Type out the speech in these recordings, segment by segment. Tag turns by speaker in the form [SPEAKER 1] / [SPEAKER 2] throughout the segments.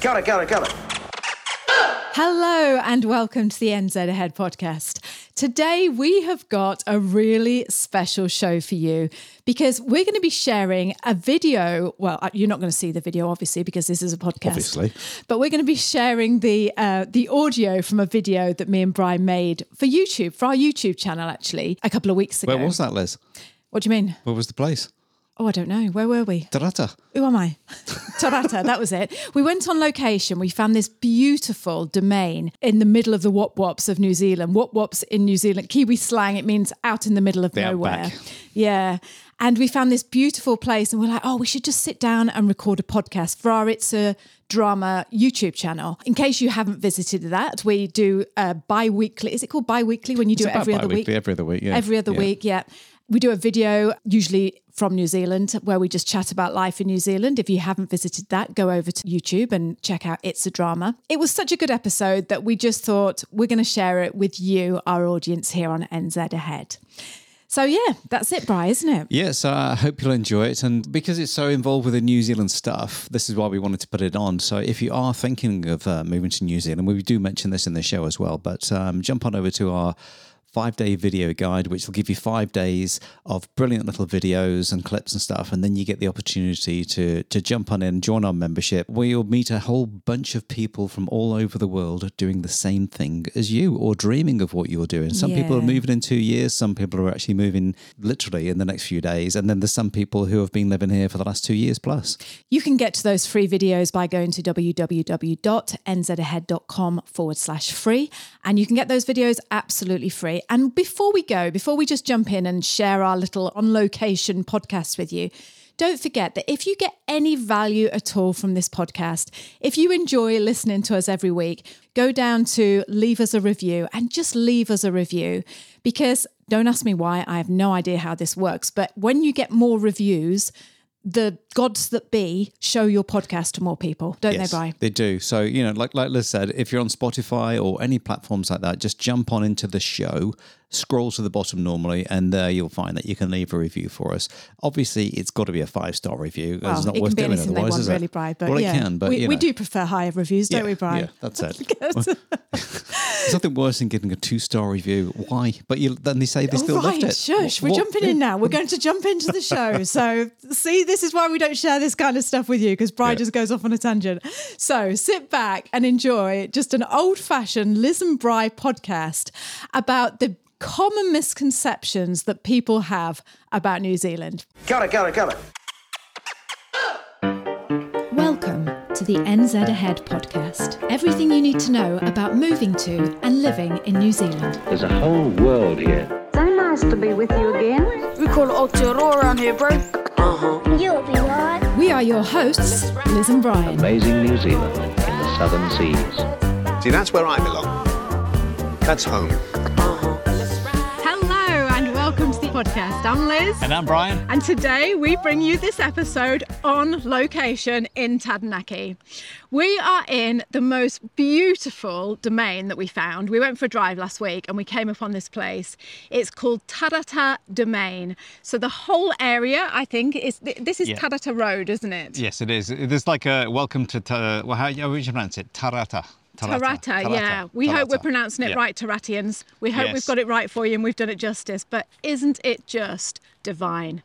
[SPEAKER 1] Kia ora, kia ora, kia ora.
[SPEAKER 2] Hello and welcome to the NZ Ahead podcast. Today we have got a really special show for you because we're going to be sharing a video. Well, uh, you're not going to see the video obviously because this is a podcast.
[SPEAKER 3] Obviously.
[SPEAKER 2] But we're going to be sharing the uh, the audio from a video that me and Brian made for YouTube, for our YouTube channel actually, a couple of weeks ago.
[SPEAKER 3] Where was that, Liz?
[SPEAKER 2] What do you mean?
[SPEAKER 3] Where was the place?
[SPEAKER 2] Oh, I don't know. Where were we?
[SPEAKER 3] Tarata.
[SPEAKER 2] Who am I? Tarata, that was it. We went on location. We found this beautiful domain in the middle of the Wop Wops of New Zealand. Wop Wops in New Zealand, Kiwi slang, it means out in the middle of nowhere.
[SPEAKER 3] outback.
[SPEAKER 2] Yeah. And we found this beautiful place and we're like, oh, we should just sit down and record a podcast for our It's a Drama YouTube channel. In case you haven't visited that, we do uh, bi weekly. Is it called bi weekly when you do it
[SPEAKER 3] about
[SPEAKER 2] every other week?
[SPEAKER 3] bi-weekly, every other week, yeah.
[SPEAKER 2] Every other
[SPEAKER 3] Yeah.
[SPEAKER 2] week, yeah. We do a video, usually from New Zealand, where we just chat about life in New Zealand. If you haven't visited that, go over to YouTube and check out It's a Drama. It was such a good episode that we just thought we're going to share it with you, our audience here on NZ Ahead. So, yeah, that's it, Bri, isn't it?
[SPEAKER 3] Yes, I hope you'll enjoy it. And because it's so involved with the New Zealand stuff, this is why we wanted to put it on. So if you are thinking of uh, moving to New Zealand, we do mention this in the show as well, but um, jump on over to our five day video guide, which will give you five days of brilliant little videos and clips and stuff. And then you get the opportunity to, to jump on in, join our membership, where you'll meet a whole bunch of people from all over the world doing the same thing as you or dreaming of what you're doing. Some people are
[SPEAKER 2] Yeah.
[SPEAKER 3] moving moving in two years. Some people are actually moving literally in the next few days. And then there's some people who have been living here for the last two years plus.
[SPEAKER 2] You can get to those free videos by going to www.nzahead.com forward slash free. And you can get those videos absolutely free. And before we go, before we just jump in and share our little on location podcast with you, don't forget that if you get any value at all from this podcast, if you enjoy listening to us every week, go down to leave us a review and just leave us a review because don't ask me why. I have no idea how this works. But when you get more reviews, the gods that be show your podcast to more people, don't they, Bri?
[SPEAKER 3] They do. So, you know, like like Liz said, if you're on Spotify or any platforms like that, just jump on into the show, scroll to the bottom normally, and there you'll find that you can leave a review for us. Obviously, it's got to be a five star review.
[SPEAKER 2] Well,
[SPEAKER 3] it's not
[SPEAKER 2] it
[SPEAKER 3] worth
[SPEAKER 2] can be
[SPEAKER 3] doing
[SPEAKER 2] anything they
[SPEAKER 3] otherwise,
[SPEAKER 2] want,
[SPEAKER 3] is it?
[SPEAKER 2] really, Bri. But
[SPEAKER 3] well,
[SPEAKER 2] yeah,
[SPEAKER 3] it can, but
[SPEAKER 2] we,
[SPEAKER 3] you
[SPEAKER 2] we
[SPEAKER 3] know.
[SPEAKER 2] do prefer higher reviews, don't
[SPEAKER 3] yeah,
[SPEAKER 2] we, Bri?
[SPEAKER 3] Yeah, that's it. There's nothing worse than getting a two star review. Why? But you, then they say they still
[SPEAKER 2] Oh, right,
[SPEAKER 3] left it.
[SPEAKER 2] shush.
[SPEAKER 3] What-
[SPEAKER 2] We're
[SPEAKER 3] what-
[SPEAKER 2] jumping in now. We're going to jump into the show. So, see, this is why we don't share this kind of stuff with you because Bri
[SPEAKER 3] Yeah.
[SPEAKER 2] just goes off on a tangent. So, sit back and enjoy just an old fashioned Liz and Bri podcast about the common misconceptions that people have about New Zealand.
[SPEAKER 1] Kia ora, kia ora, kia ora.
[SPEAKER 2] Welcome to the NZ Ahead podcast. Everything you need to know about moving to and living in New Zealand.
[SPEAKER 4] There's a whole world here.
[SPEAKER 5] So nice to be with you again.
[SPEAKER 6] We call it Aotearoa around here, bro.
[SPEAKER 7] You'll be right.
[SPEAKER 2] We are your hosts, Liz and Brian.
[SPEAKER 4] Amazing New Zealand in the southern seas.
[SPEAKER 8] See, that's where I belong. That's home.
[SPEAKER 2] Hello and welcome to the podcast. I'm Liz.
[SPEAKER 3] And I'm Brian.
[SPEAKER 2] And today we bring you this episode on location in Taranaki. We are in the most beautiful domain that we found. We went for a drive last week and we came upon this place. It's called Tarata Domain. So the whole area, I think, is th- this is
[SPEAKER 9] Yeah.
[SPEAKER 2] Tarata Road, isn't it?
[SPEAKER 9] Yes, it is. There's like a welcome to. Ta- well, how, how would you pronounce it? Tarata.
[SPEAKER 2] Tarata, yeah. We hope we're
[SPEAKER 9] Tarata.
[SPEAKER 2] pronouncing it
[SPEAKER 9] Yeah.
[SPEAKER 2] right, Taratians. We hope we've
[SPEAKER 9] Yes.
[SPEAKER 2] got it right for you and we've done it justice. But isn't it just divine?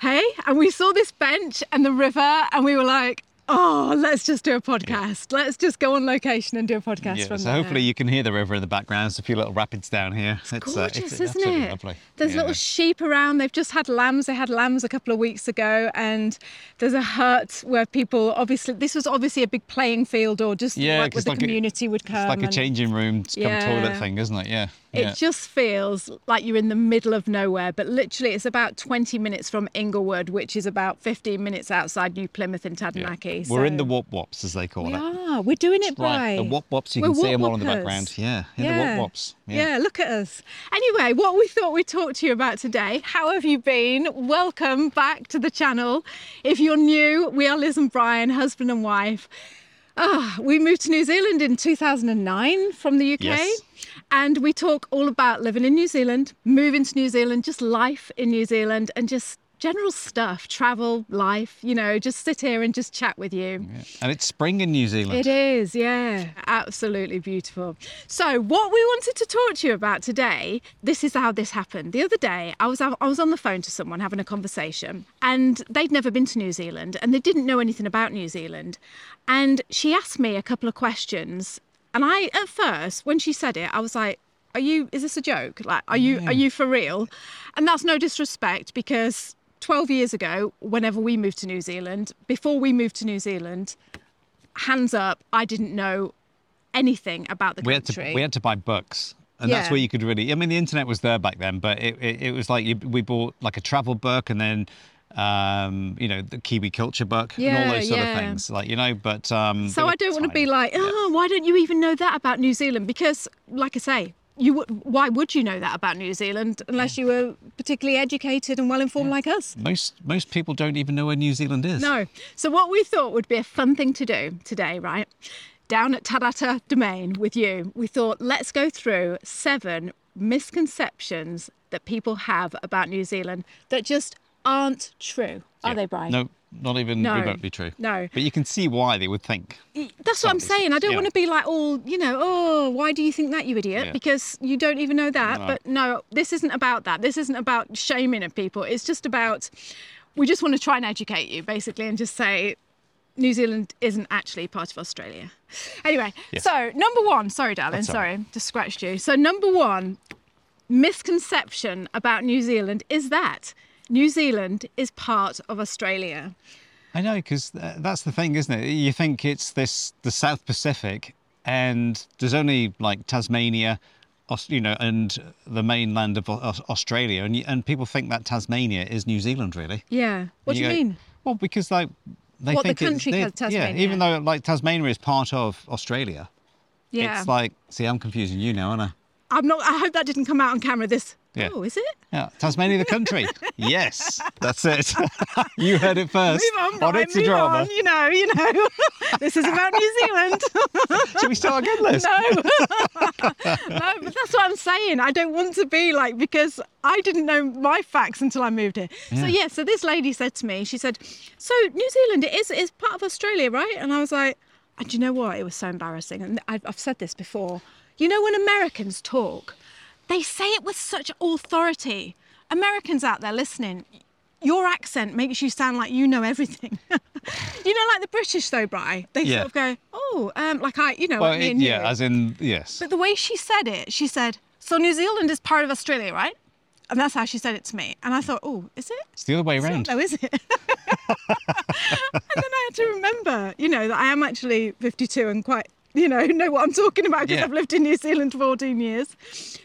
[SPEAKER 2] Hey, and we saw this bench and the river, and we were like, oh, let's just do a podcast. Let's just go on location and do a podcast
[SPEAKER 9] Yeah,
[SPEAKER 2] from uh,
[SPEAKER 9] so
[SPEAKER 2] there.
[SPEAKER 9] hopefully you can hear the river in the background. There's a few little rapids down here. It's,
[SPEAKER 2] Gorgeous,
[SPEAKER 9] uh, it's- it's
[SPEAKER 2] isn't
[SPEAKER 9] absolutely
[SPEAKER 2] it?
[SPEAKER 9] Lovely.
[SPEAKER 2] There's
[SPEAKER 9] Yeah.
[SPEAKER 2] little sheep around. They've just had lambs. They had lambs a couple of weeks ago, and there's a hut where people obviously this was obviously a big playing field or just
[SPEAKER 9] Yeah,
[SPEAKER 2] like where
[SPEAKER 9] 'cause
[SPEAKER 2] the
[SPEAKER 9] like a-
[SPEAKER 2] community would come.
[SPEAKER 9] It's like a
[SPEAKER 2] and-
[SPEAKER 9] changing room, come
[SPEAKER 2] Yeah.
[SPEAKER 9] toilet thing, isn't it? Yeah.
[SPEAKER 2] It
[SPEAKER 9] yeah.
[SPEAKER 2] just feels like you're in the middle of nowhere, but literally it's about 20 minutes from Inglewood, which is about 15 minutes outside New Plymouth in
[SPEAKER 9] Yeah.
[SPEAKER 2] Taranaki.
[SPEAKER 9] We're in the
[SPEAKER 2] so-
[SPEAKER 9] wop wops, as they call
[SPEAKER 2] We
[SPEAKER 9] it.
[SPEAKER 2] are. We're doing it
[SPEAKER 9] Right,
[SPEAKER 2] right.
[SPEAKER 9] the wop wops. You
[SPEAKER 2] We're
[SPEAKER 9] can see them all in the
[SPEAKER 2] wop-woppers.
[SPEAKER 9] background. Yeah, in
[SPEAKER 2] yeah.
[SPEAKER 9] the wop wops.
[SPEAKER 2] Yeah. look at us. Anyway, what we thought we'd talk to you about today. How have you been? Welcome back to the channel. If you're new, we are Liz and Brian, husband and wife. Ah, we moved to New Zealand in 2009 from the UK.
[SPEAKER 9] Yes.
[SPEAKER 2] And we talk all about living in New Zealand, moving to New Zealand, just life in New Zealand, and just general stuff, travel, life, you know, just sit here and just chat with you.
[SPEAKER 9] And it's spring in New Zealand.
[SPEAKER 2] It is, yeah, absolutely beautiful. So, what we wanted to talk to you about today, this is how this happened. The other day, I was I was on the phone to someone having a conversation, and they'd never been to New Zealand, and they didn't know anything about New Zealand, and she asked me a couple of questions, and I at first, when she said it, I was like. Are you? Is this a joke? Like, are you? Are you for real? And that's no disrespect because 12 years ago, whenever we moved to New Zealand, before we moved to New Zealand, hands up, I didn't know anything about the
[SPEAKER 9] We had
[SPEAKER 2] country.
[SPEAKER 9] to we had to buy books. And that's
[SPEAKER 2] Yeah.
[SPEAKER 9] where you could really. I mean, the internet was there back then, but it, it, it was like you, we bought like a travel book and then, um, you know, the Kiwi culture book and
[SPEAKER 2] Yeah,
[SPEAKER 9] all those sort
[SPEAKER 2] yeah.
[SPEAKER 9] of things. Like you know, but um,
[SPEAKER 2] so
[SPEAKER 9] they were
[SPEAKER 2] I don't want to be
[SPEAKER 9] tiny.
[SPEAKER 2] like,
[SPEAKER 9] Yeah.
[SPEAKER 2] oh, why don't you even know that about New Zealand? Because, like I say, you would, why would you know that about New Zealand unless you were particularly educated and well informed like us?
[SPEAKER 9] Most most people don't even know where New Zealand is.
[SPEAKER 2] No. So what we thought would be a fun thing to do today, right? Down at Tadata Domain with you, we thought let's go through seven misconceptions that people have about New Zealand that just aren't true. Are
[SPEAKER 9] Yeah.
[SPEAKER 2] they, Brian?
[SPEAKER 9] No, not even
[SPEAKER 2] No.
[SPEAKER 9] remotely true.
[SPEAKER 2] No.
[SPEAKER 9] But you can see why they would think.
[SPEAKER 2] That's what I'm
[SPEAKER 9] Somebody's-
[SPEAKER 2] saying. I don't
[SPEAKER 9] yeah.
[SPEAKER 2] want to be like all, you know, oh, why do you think that, you idiot?
[SPEAKER 9] Yeah.
[SPEAKER 2] Because you don't even know that. But no, this isn't about that. This isn't about shaming of people. It's just about, we just want to try and educate you, basically, and just say New Zealand isn't actually part of Australia. Anyway, so number one, sorry, darling,
[SPEAKER 9] That's all
[SPEAKER 2] sorry, just scratched you. So, number one misconception about New Zealand is that New Zealand is part of Australia.
[SPEAKER 9] I know, because that's the thing, isn't it? You think it's this the South Pacific, and there's only like Tasmania, Aus- you know, and the mainland of Aus- Australia, and you- and people think that Tasmania is New Zealand, really.
[SPEAKER 2] Yeah. What
[SPEAKER 9] And
[SPEAKER 2] do you
[SPEAKER 9] go-
[SPEAKER 2] mean?
[SPEAKER 9] Well, because like they
[SPEAKER 2] What, the
[SPEAKER 9] think
[SPEAKER 2] country
[SPEAKER 9] it's,
[SPEAKER 2] called
[SPEAKER 9] they- Yeah, even though
[SPEAKER 2] Tasmania?
[SPEAKER 9] like Tasmania is part of Australia,
[SPEAKER 2] Yeah.
[SPEAKER 9] it's like see, I'm confusing you now, aren't I?
[SPEAKER 2] I'm not. I hope that didn't come out on camera. This.
[SPEAKER 9] Yeah.
[SPEAKER 2] Oh, is it?
[SPEAKER 9] Yeah, Tasmania the country. yes, that's it. you heard it first.
[SPEAKER 2] Move on,
[SPEAKER 9] on
[SPEAKER 2] Brian,
[SPEAKER 9] it's a
[SPEAKER 2] move
[SPEAKER 9] drama.
[SPEAKER 2] on. You know, you know. this is about New Zealand.
[SPEAKER 9] Should we start again, Liz?
[SPEAKER 2] no, no, but that's what I'm saying. I don't want to be like because I didn't know my facts until I moved here. So yeah. So this lady said to me, she said, "So New Zealand it is is part of Australia, right?" And I was like, "And do you know what? It was so embarrassing." And I've, I've said this before. You know when Americans talk, they say it with such authority. Americans out there listening, your accent makes you sound like you know everything. you know, like the British though, Bri. They
[SPEAKER 9] Yeah.
[SPEAKER 2] sort of go, "Oh, um, like I, you know,
[SPEAKER 9] Well,
[SPEAKER 2] like me
[SPEAKER 9] it-
[SPEAKER 2] and you."
[SPEAKER 9] yeah, as in yes.
[SPEAKER 2] But the way she said it, she said, "So New Zealand is part of Australia, right?" And that's how she said it to me. And I thought, "Oh, is it?"
[SPEAKER 9] It's the other way around.
[SPEAKER 2] No, is it? and then I had to remember, you know, that I am actually 52 and quite, you know, know what I'm talking about because
[SPEAKER 9] Yeah.
[SPEAKER 2] I've lived in New Zealand for 14 years.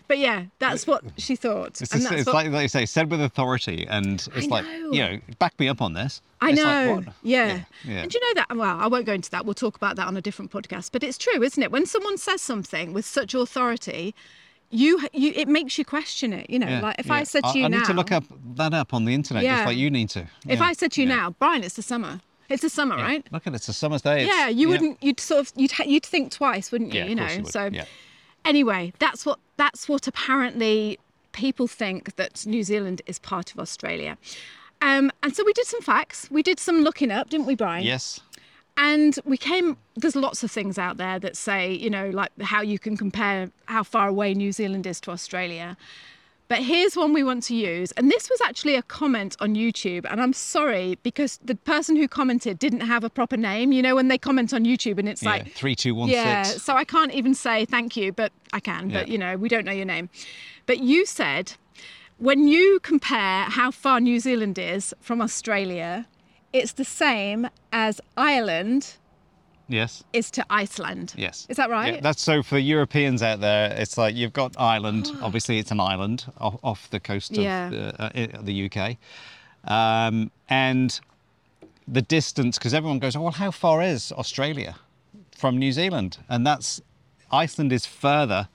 [SPEAKER 2] But yeah, that's what she thought.
[SPEAKER 9] It's,
[SPEAKER 2] and
[SPEAKER 9] just-
[SPEAKER 2] that's
[SPEAKER 9] it's
[SPEAKER 2] what-
[SPEAKER 9] like, like you say, said with authority, and it's like
[SPEAKER 2] know.
[SPEAKER 9] you know, back me up on this.
[SPEAKER 2] I
[SPEAKER 9] It's
[SPEAKER 2] know.
[SPEAKER 9] Like, what?
[SPEAKER 2] yeah.
[SPEAKER 9] yeah.
[SPEAKER 2] And do you know that? Well, I won't go into that. We'll talk about that on a different podcast. But it's true, isn't it? When someone says something with such authority, you, you it makes you question it. You know,
[SPEAKER 9] Yeah,
[SPEAKER 2] like if
[SPEAKER 9] yeah.
[SPEAKER 2] I said to you
[SPEAKER 9] I
[SPEAKER 2] now,
[SPEAKER 9] need to look up that up on the internet,
[SPEAKER 2] Yeah.
[SPEAKER 9] just like you need to.
[SPEAKER 2] if
[SPEAKER 9] Yeah.
[SPEAKER 2] I said to you
[SPEAKER 9] Yeah.
[SPEAKER 2] now, Brian, it's the summer. It's the summer,
[SPEAKER 9] Yeah.
[SPEAKER 2] right?
[SPEAKER 9] Look at it, it's a summer's day. it's-
[SPEAKER 2] yeah, you wouldn't. You'd sort of you'd ha- you'd think twice, wouldn't you?
[SPEAKER 9] Yeah, of
[SPEAKER 2] you know.
[SPEAKER 9] course you would,
[SPEAKER 2] So
[SPEAKER 9] yeah.
[SPEAKER 2] anyway, that's what that's what apparently people think that New Zealand is part of Australia. Um, and so we did some facts. We did some looking up, didn't we, Brian?
[SPEAKER 9] Yes.
[SPEAKER 2] And we came, there's lots of things out there that say, you know, like how you can compare how far away New Zealand is to Australia. But here's one we want to use. And this was actually a comment on YouTube. And I'm sorry because the person who commented didn't have a proper name. You know, when they comment on YouTube and it's
[SPEAKER 9] Yeah.
[SPEAKER 2] like,
[SPEAKER 9] Three, two, one,
[SPEAKER 2] yeah,
[SPEAKER 9] six.
[SPEAKER 2] so I can't even say thank you, but I can, but
[SPEAKER 9] Yeah.
[SPEAKER 2] you know, we don't know your name. But you said when you compare how far New Zealand is from Australia, it's the same as Ireland
[SPEAKER 9] Yes.
[SPEAKER 2] is to Iceland.
[SPEAKER 9] Yes.
[SPEAKER 2] Is that
[SPEAKER 9] Yeah,
[SPEAKER 2] right?
[SPEAKER 9] that's so for Europeans out there, it's like you've got Ireland. Obviously, it's an island off, off the coast of
[SPEAKER 2] Yeah.
[SPEAKER 9] the, uh, i- the UK. Um, and the distance, because everyone goes, oh, well, how far is Australia from New Zealand? And that's Iceland is further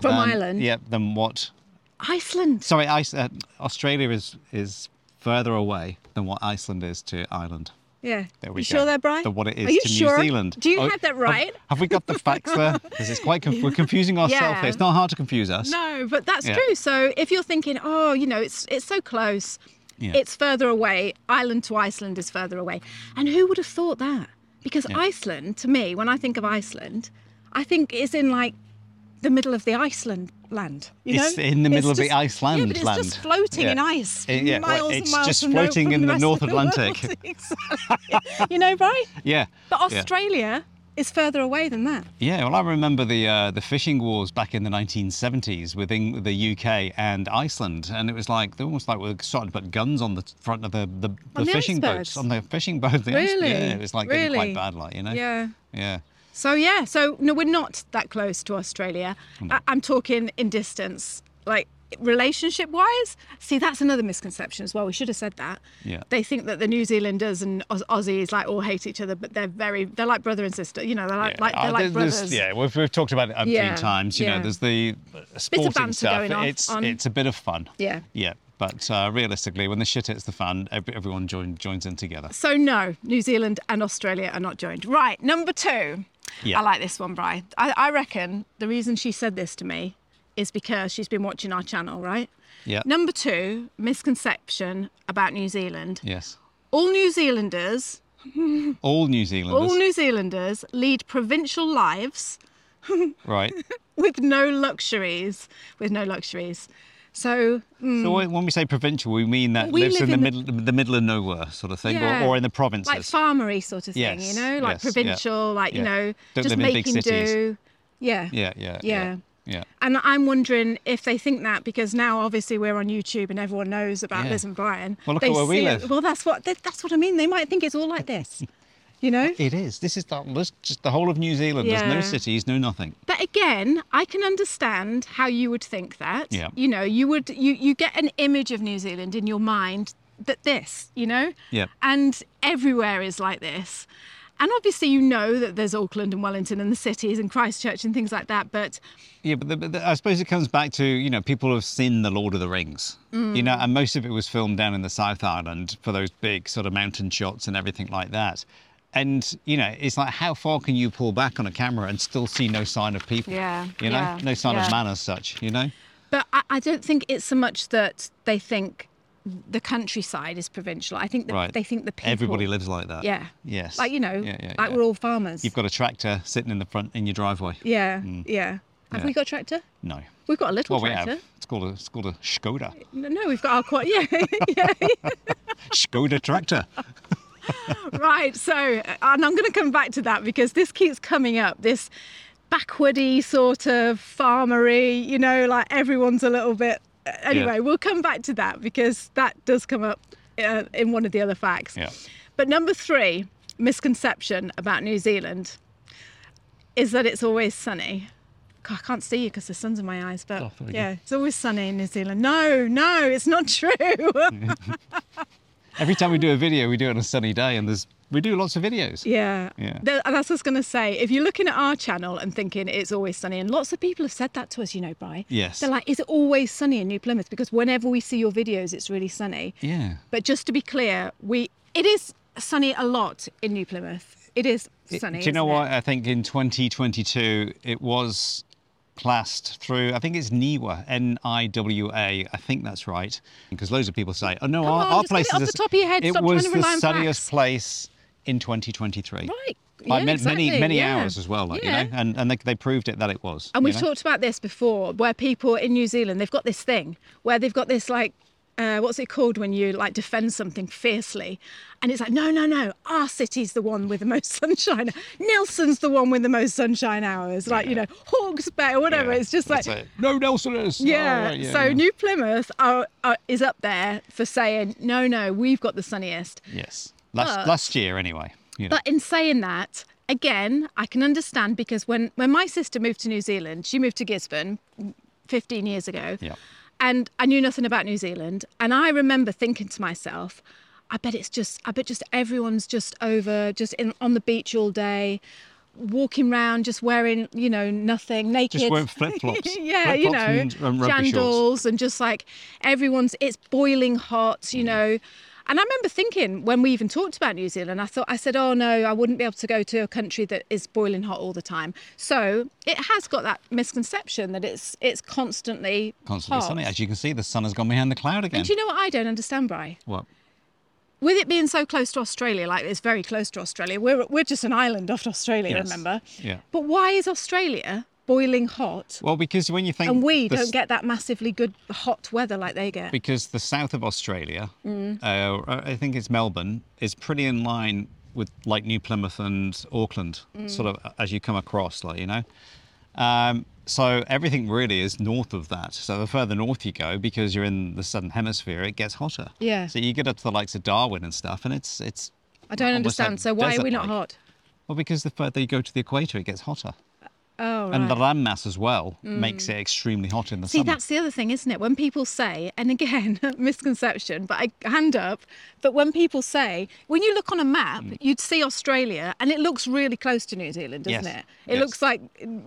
[SPEAKER 2] from
[SPEAKER 9] than-
[SPEAKER 2] Ireland.
[SPEAKER 9] um, Yeah, than what?
[SPEAKER 2] Iceland.
[SPEAKER 9] Sorry, Ice, uh, Australia is is further away than what Iceland is to Ireland.
[SPEAKER 2] Yeah.
[SPEAKER 9] There we
[SPEAKER 2] you
[SPEAKER 9] go.
[SPEAKER 2] sure there, Brian?
[SPEAKER 9] The what it is
[SPEAKER 2] Are you
[SPEAKER 9] to
[SPEAKER 2] sure?
[SPEAKER 9] New Zealand.
[SPEAKER 2] Do you
[SPEAKER 9] Oh,
[SPEAKER 2] have that
[SPEAKER 9] have-
[SPEAKER 2] right?
[SPEAKER 9] Have, we got the facts there? Because it's quite conf- we're confusing ourselves.
[SPEAKER 2] Yeah.
[SPEAKER 9] here. It's not hard to confuse us.
[SPEAKER 2] No, but that's
[SPEAKER 9] Yeah.
[SPEAKER 2] true. So if you're thinking, oh, you know, it's it's so close,
[SPEAKER 9] Yeah.
[SPEAKER 2] It's further away. Ireland to Iceland is further away. And who would have thought that? Because Iceland, to me, when I think of Iceland, I think it's in like the middle of the Iceland land. You
[SPEAKER 9] It's
[SPEAKER 2] know?
[SPEAKER 9] in the middle of the
[SPEAKER 2] just-
[SPEAKER 9] Iceland
[SPEAKER 2] yeah, but it's
[SPEAKER 9] land.
[SPEAKER 2] just floating
[SPEAKER 9] Yeah.
[SPEAKER 2] in ice.
[SPEAKER 9] It- yeah, well,
[SPEAKER 2] miles and
[SPEAKER 9] it's
[SPEAKER 2] miles
[SPEAKER 9] just
[SPEAKER 2] from no-
[SPEAKER 9] floating
[SPEAKER 2] from
[SPEAKER 9] in the
[SPEAKER 2] rest
[SPEAKER 9] North
[SPEAKER 2] of world.
[SPEAKER 9] Atlantic.
[SPEAKER 2] Exactly. you know, right?
[SPEAKER 9] Yeah.
[SPEAKER 2] But
[SPEAKER 9] yeah.
[SPEAKER 2] Australia is further away than that.
[SPEAKER 9] Yeah, well, I remember the uh, the fishing wars back in the 1970s within the UK and Iceland, and it was like they almost like were starting to put guns on the front of the the,
[SPEAKER 2] On the
[SPEAKER 9] fishing
[SPEAKER 2] icebergs?
[SPEAKER 9] boats on the fishing boats. the ice-
[SPEAKER 2] Really?
[SPEAKER 9] yeah, it was like getting
[SPEAKER 2] Really?
[SPEAKER 9] quite bad, like you know.
[SPEAKER 2] Yeah.
[SPEAKER 9] Yeah.
[SPEAKER 2] So yeah, so no, we're not that close to Australia.
[SPEAKER 9] Hmm.
[SPEAKER 2] I- I'm talking in distance, like relationship wise. See, that's another misconception as well. We should have said that.
[SPEAKER 9] Yeah.
[SPEAKER 2] They think that the New Zealanders and Aus- Aussies like all hate each other, but they're very they're like brother and sister. You know, they're like,
[SPEAKER 9] Yeah,
[SPEAKER 2] like
[SPEAKER 9] uh,
[SPEAKER 2] they're like
[SPEAKER 9] there- there's-
[SPEAKER 2] brothers.
[SPEAKER 9] Yeah, we've, we've talked about it a
[SPEAKER 2] Yeah,
[SPEAKER 9] few times. You
[SPEAKER 2] yeah.
[SPEAKER 9] know, there's the uh, sporting
[SPEAKER 2] banter
[SPEAKER 9] stuff.
[SPEAKER 2] going off
[SPEAKER 9] it's
[SPEAKER 2] on-
[SPEAKER 9] it's a bit of fun.
[SPEAKER 2] Yeah.
[SPEAKER 9] Yeah, but uh, realistically, when the shit hits the fan, ev- everyone join, joins in together.
[SPEAKER 2] So no, New Zealand and Australia are not joined. Right, number two.
[SPEAKER 9] Yeah.
[SPEAKER 2] I like this one, Bri. I, I reckon the reason she said this to me is because she's been watching our channel, right?
[SPEAKER 9] Yeah.
[SPEAKER 2] Number two, misconception about New Zealand.
[SPEAKER 9] Yes.
[SPEAKER 2] All New Zealanders,
[SPEAKER 9] All New Zealanders.
[SPEAKER 2] all New Zealanders lead provincial lives
[SPEAKER 9] right.
[SPEAKER 2] with no luxuries, with no luxuries. So mm,
[SPEAKER 9] So when when we say provincial, we mean that
[SPEAKER 2] We
[SPEAKER 9] lives
[SPEAKER 2] live
[SPEAKER 9] in, the,
[SPEAKER 2] in
[SPEAKER 9] middle, the middle of nowhere sort of thing,
[SPEAKER 2] Yeah.
[SPEAKER 9] or, or in the provinces.
[SPEAKER 2] like farmery sort of thing,
[SPEAKER 9] Yes,
[SPEAKER 2] you know, like
[SPEAKER 9] yes, yeah.
[SPEAKER 2] provincial, like, you
[SPEAKER 9] Yeah.
[SPEAKER 2] know,
[SPEAKER 9] Don't
[SPEAKER 2] just
[SPEAKER 9] live in big
[SPEAKER 2] making
[SPEAKER 9] cities.
[SPEAKER 2] do. Yeah.
[SPEAKER 9] yeah, yeah,
[SPEAKER 2] Yeah.
[SPEAKER 9] yeah, yeah.
[SPEAKER 2] And I'm wondering if they think that because now obviously we're on YouTube and everyone knows about
[SPEAKER 9] Yeah.
[SPEAKER 2] Liz and Brian.
[SPEAKER 9] Well, look
[SPEAKER 2] They
[SPEAKER 9] at where we
[SPEAKER 2] see it-
[SPEAKER 9] live.
[SPEAKER 2] Well, that's what that- that's what I mean. They might think it's all like this, you know.
[SPEAKER 9] It is. This is that. This, just the whole of New Zealand. There's
[SPEAKER 2] Yeah.
[SPEAKER 9] no cities, no nothing.
[SPEAKER 2] But again, I can understand how you would think that.
[SPEAKER 9] Yeah.
[SPEAKER 2] You know, you would you you get an image of New Zealand in your mind that this, you know?
[SPEAKER 9] Yeah.
[SPEAKER 2] And everywhere is like this. And obviously you know that there's Auckland and Wellington and the cities and Christchurch and things like that, but
[SPEAKER 9] Yeah, but, the, but the, I suppose it comes back to you know people have seen the Lord of the Rings, you know,
[SPEAKER 2] Mm.
[SPEAKER 9] and most of it was filmed down in the South Island for those big sort of mountain shots and everything like that. And you know, it's like how far can you pull back on a camera and still see no sign of people?
[SPEAKER 2] Yeah,
[SPEAKER 9] you know,
[SPEAKER 2] yeah,
[SPEAKER 9] no sign
[SPEAKER 2] yeah.
[SPEAKER 9] of man as such. You know,
[SPEAKER 2] But I, I don't think it's so much that they think the countryside is provincial. I think that
[SPEAKER 9] right?
[SPEAKER 2] they think the people.
[SPEAKER 9] Everybody lives like that.
[SPEAKER 2] Yeah.
[SPEAKER 9] Yes.
[SPEAKER 2] Like you know,
[SPEAKER 9] Yeah, yeah,
[SPEAKER 2] like
[SPEAKER 9] yeah.
[SPEAKER 2] we're all farmers.
[SPEAKER 9] You've got a tractor sitting in the front in your driveway.
[SPEAKER 2] Yeah, yeah. Have
[SPEAKER 9] Yeah.
[SPEAKER 2] we got a tractor?
[SPEAKER 9] No.
[SPEAKER 2] We've got a little
[SPEAKER 9] Well, we
[SPEAKER 2] tractor.
[SPEAKER 9] have. It's called a it's called a Skoda.
[SPEAKER 2] No, no, we've got our quite. Yeah, yeah.
[SPEAKER 9] Skoda tractor.
[SPEAKER 2] right. So, and I'm going to come back to that because this keeps coming up. This backwardy sort of farmery, you know, like everyone's a little bit. Anyway, we'll come back to that because that does come up uh, in one of the other facts.
[SPEAKER 9] Yeah.
[SPEAKER 2] But number three misconception about New Zealand is that it's always sunny. God, I can't see you because the sun's in my eyes, but
[SPEAKER 9] Oh, there we go.
[SPEAKER 2] yeah, it's always sunny in New Zealand. No, no, it's not true.
[SPEAKER 9] Every time we do a video, we do it on a sunny day, and there's we do lots of videos.
[SPEAKER 2] Yeah.
[SPEAKER 9] Yeah.
[SPEAKER 2] Th- that's what I was going to say. If you're looking at our channel and thinking it's always sunny, and lots of people have said that to us, you know, Bri.
[SPEAKER 9] Yes.
[SPEAKER 2] They're like, is it always sunny in New Plymouth? Because whenever we see your videos, it's really sunny.
[SPEAKER 9] Yeah.
[SPEAKER 2] But just to be clear, we it is sunny a lot in New Plymouth. It is sunny.
[SPEAKER 9] Do you know
[SPEAKER 2] isn't it?
[SPEAKER 9] what? I think in 2022 it was classed through. I think it's NIWA, N-I-W-A. I think that's right. Because loads of people say, "Oh no,
[SPEAKER 2] Come
[SPEAKER 9] our,
[SPEAKER 2] on, just
[SPEAKER 9] our
[SPEAKER 2] get it
[SPEAKER 9] place is
[SPEAKER 2] off
[SPEAKER 9] the
[SPEAKER 2] the
[SPEAKER 9] s-
[SPEAKER 2] top of your head.
[SPEAKER 9] It
[SPEAKER 2] Stop
[SPEAKER 9] was
[SPEAKER 2] trying to rely
[SPEAKER 9] the
[SPEAKER 2] on
[SPEAKER 9] sunniest
[SPEAKER 2] facts.
[SPEAKER 9] place in 2023.
[SPEAKER 2] Right.
[SPEAKER 9] By
[SPEAKER 2] Yeah,
[SPEAKER 9] ma-
[SPEAKER 2] exactly.
[SPEAKER 9] many many
[SPEAKER 2] Yeah.
[SPEAKER 9] hours as well, like,
[SPEAKER 2] Yeah.
[SPEAKER 9] you know, and and they, they proved it that it was.
[SPEAKER 2] And
[SPEAKER 9] you
[SPEAKER 2] we've
[SPEAKER 9] know?
[SPEAKER 2] talked about this before, where people in New Zealand they've got this thing where they've got this like, uh, what's it called when you like defend something fiercely, and it's like, no, no, no, our city's the one with the most sunshine. Nelson's the one with the most sunshine hours. Like you know, Hawke's Bay or whatever.
[SPEAKER 9] Yeah,
[SPEAKER 2] It's just like.
[SPEAKER 9] that's it. no Nelson is. Oh,
[SPEAKER 2] Yeah.
[SPEAKER 9] right,
[SPEAKER 2] so
[SPEAKER 9] yeah.
[SPEAKER 2] New Plymouth are, are, is up there for saying, no, no, we've got the sunniest.
[SPEAKER 9] yes, last
[SPEAKER 2] But-
[SPEAKER 9] last year anyway. You know.
[SPEAKER 2] But in saying that, again, I can understand because when, when my sister moved to New Zealand, she moved to Gisborne 15 years ago.
[SPEAKER 9] Yep.
[SPEAKER 2] And I knew nothing about New Zealand. And I remember thinking to myself, I bet it's just, I bet just everyone's just over, just in, on the beach all day, walking around, just wearing, you know, nothing, naked.
[SPEAKER 9] wearing flip-flops.
[SPEAKER 2] yeah, you know,
[SPEAKER 9] Flip-flops and- and rugby shorts. Mm.
[SPEAKER 2] jandals and just like everyone's, it's boiling hot, you know. And I remember thinking when we even talked about New Zealand, I thought, I said, oh no, I wouldn't be able to go to a country that is boiling hot all the time. So it has got that misconception that it's it's constantly
[SPEAKER 9] Constantly
[SPEAKER 2] hot.
[SPEAKER 9] sunny. As you can see, the sun has gone behind the cloud again.
[SPEAKER 2] And do you know what I don't understand, Bri?
[SPEAKER 9] what?
[SPEAKER 2] With it being so close to Australia, like it's very close to Australia, we're, we're just an island off Australia,
[SPEAKER 9] Yes.
[SPEAKER 2] remember?
[SPEAKER 9] Yeah.
[SPEAKER 2] But why is Australia boiling hot?
[SPEAKER 9] Well, because when you think
[SPEAKER 2] And we
[SPEAKER 9] the s-
[SPEAKER 2] don't get that massively good hot weather like they get.
[SPEAKER 9] because the south of Australia,
[SPEAKER 2] Mm.
[SPEAKER 9] uh, I think it's Melbourne, is pretty in line with like New Plymouth and Auckland,
[SPEAKER 2] Mm.
[SPEAKER 9] sort of as you come across, like you know. Um, so everything really is north of that. So the further north you go, because you're in the southern hemisphere, it gets hotter.
[SPEAKER 2] Yeah.
[SPEAKER 9] So you get up to the likes of Darwin and stuff, and it's it's.
[SPEAKER 2] I don't
[SPEAKER 9] almost like
[SPEAKER 2] understand. So why are we not
[SPEAKER 9] desert-like.
[SPEAKER 2] hot?
[SPEAKER 9] Well, because the further you go to the equator, it gets hotter,
[SPEAKER 2] Oh, right. Mm.
[SPEAKER 9] and the land mass as well makes it extremely hot in the
[SPEAKER 2] See,
[SPEAKER 9] summer.
[SPEAKER 2] that's the other thing, isn't it? When people say, and again, misconception, but I hand up, but when people say, when you look on a map,
[SPEAKER 9] Mm.
[SPEAKER 2] you'd see Australia and it looks really close to New Zealand, doesn't
[SPEAKER 9] Yes,
[SPEAKER 2] it? It
[SPEAKER 9] yes.
[SPEAKER 2] looks like